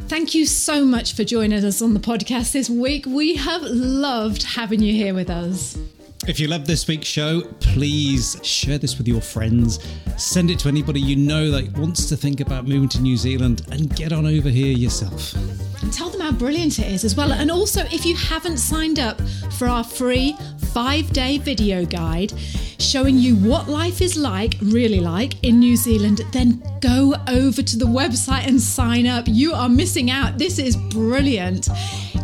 [SPEAKER 2] Thank you so much for joining us on the podcast this week. We have loved having you here with us.
[SPEAKER 10] If you loved this week's show, please share this with your friends. Send it to anybody you know that wants to think about moving to New Zealand and get on over here yourself.
[SPEAKER 2] And tell them how brilliant it is as well. And also, if you haven't signed up for our free five day video guide showing you what life is like, really like, in New Zealand, then go over to the website and sign up. You are missing out. This is brilliant.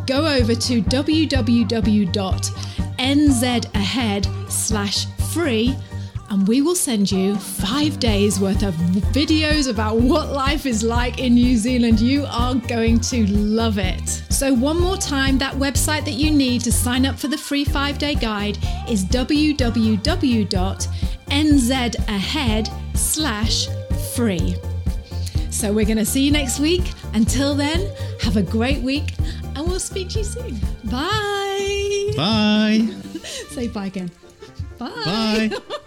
[SPEAKER 2] Go over to www.nzahead slash free and we will send you five days worth of videos about what life is like in New Zealand. You are going to love it. So, one more time, that website that you need to sign up for the free five day guide is www.nzahead slash free. So, we're going to see you next week. Until then, have a great week and we'll speak to you soon. Bye.
[SPEAKER 10] Bye.
[SPEAKER 2] Say bye again. Bye.
[SPEAKER 10] Bye.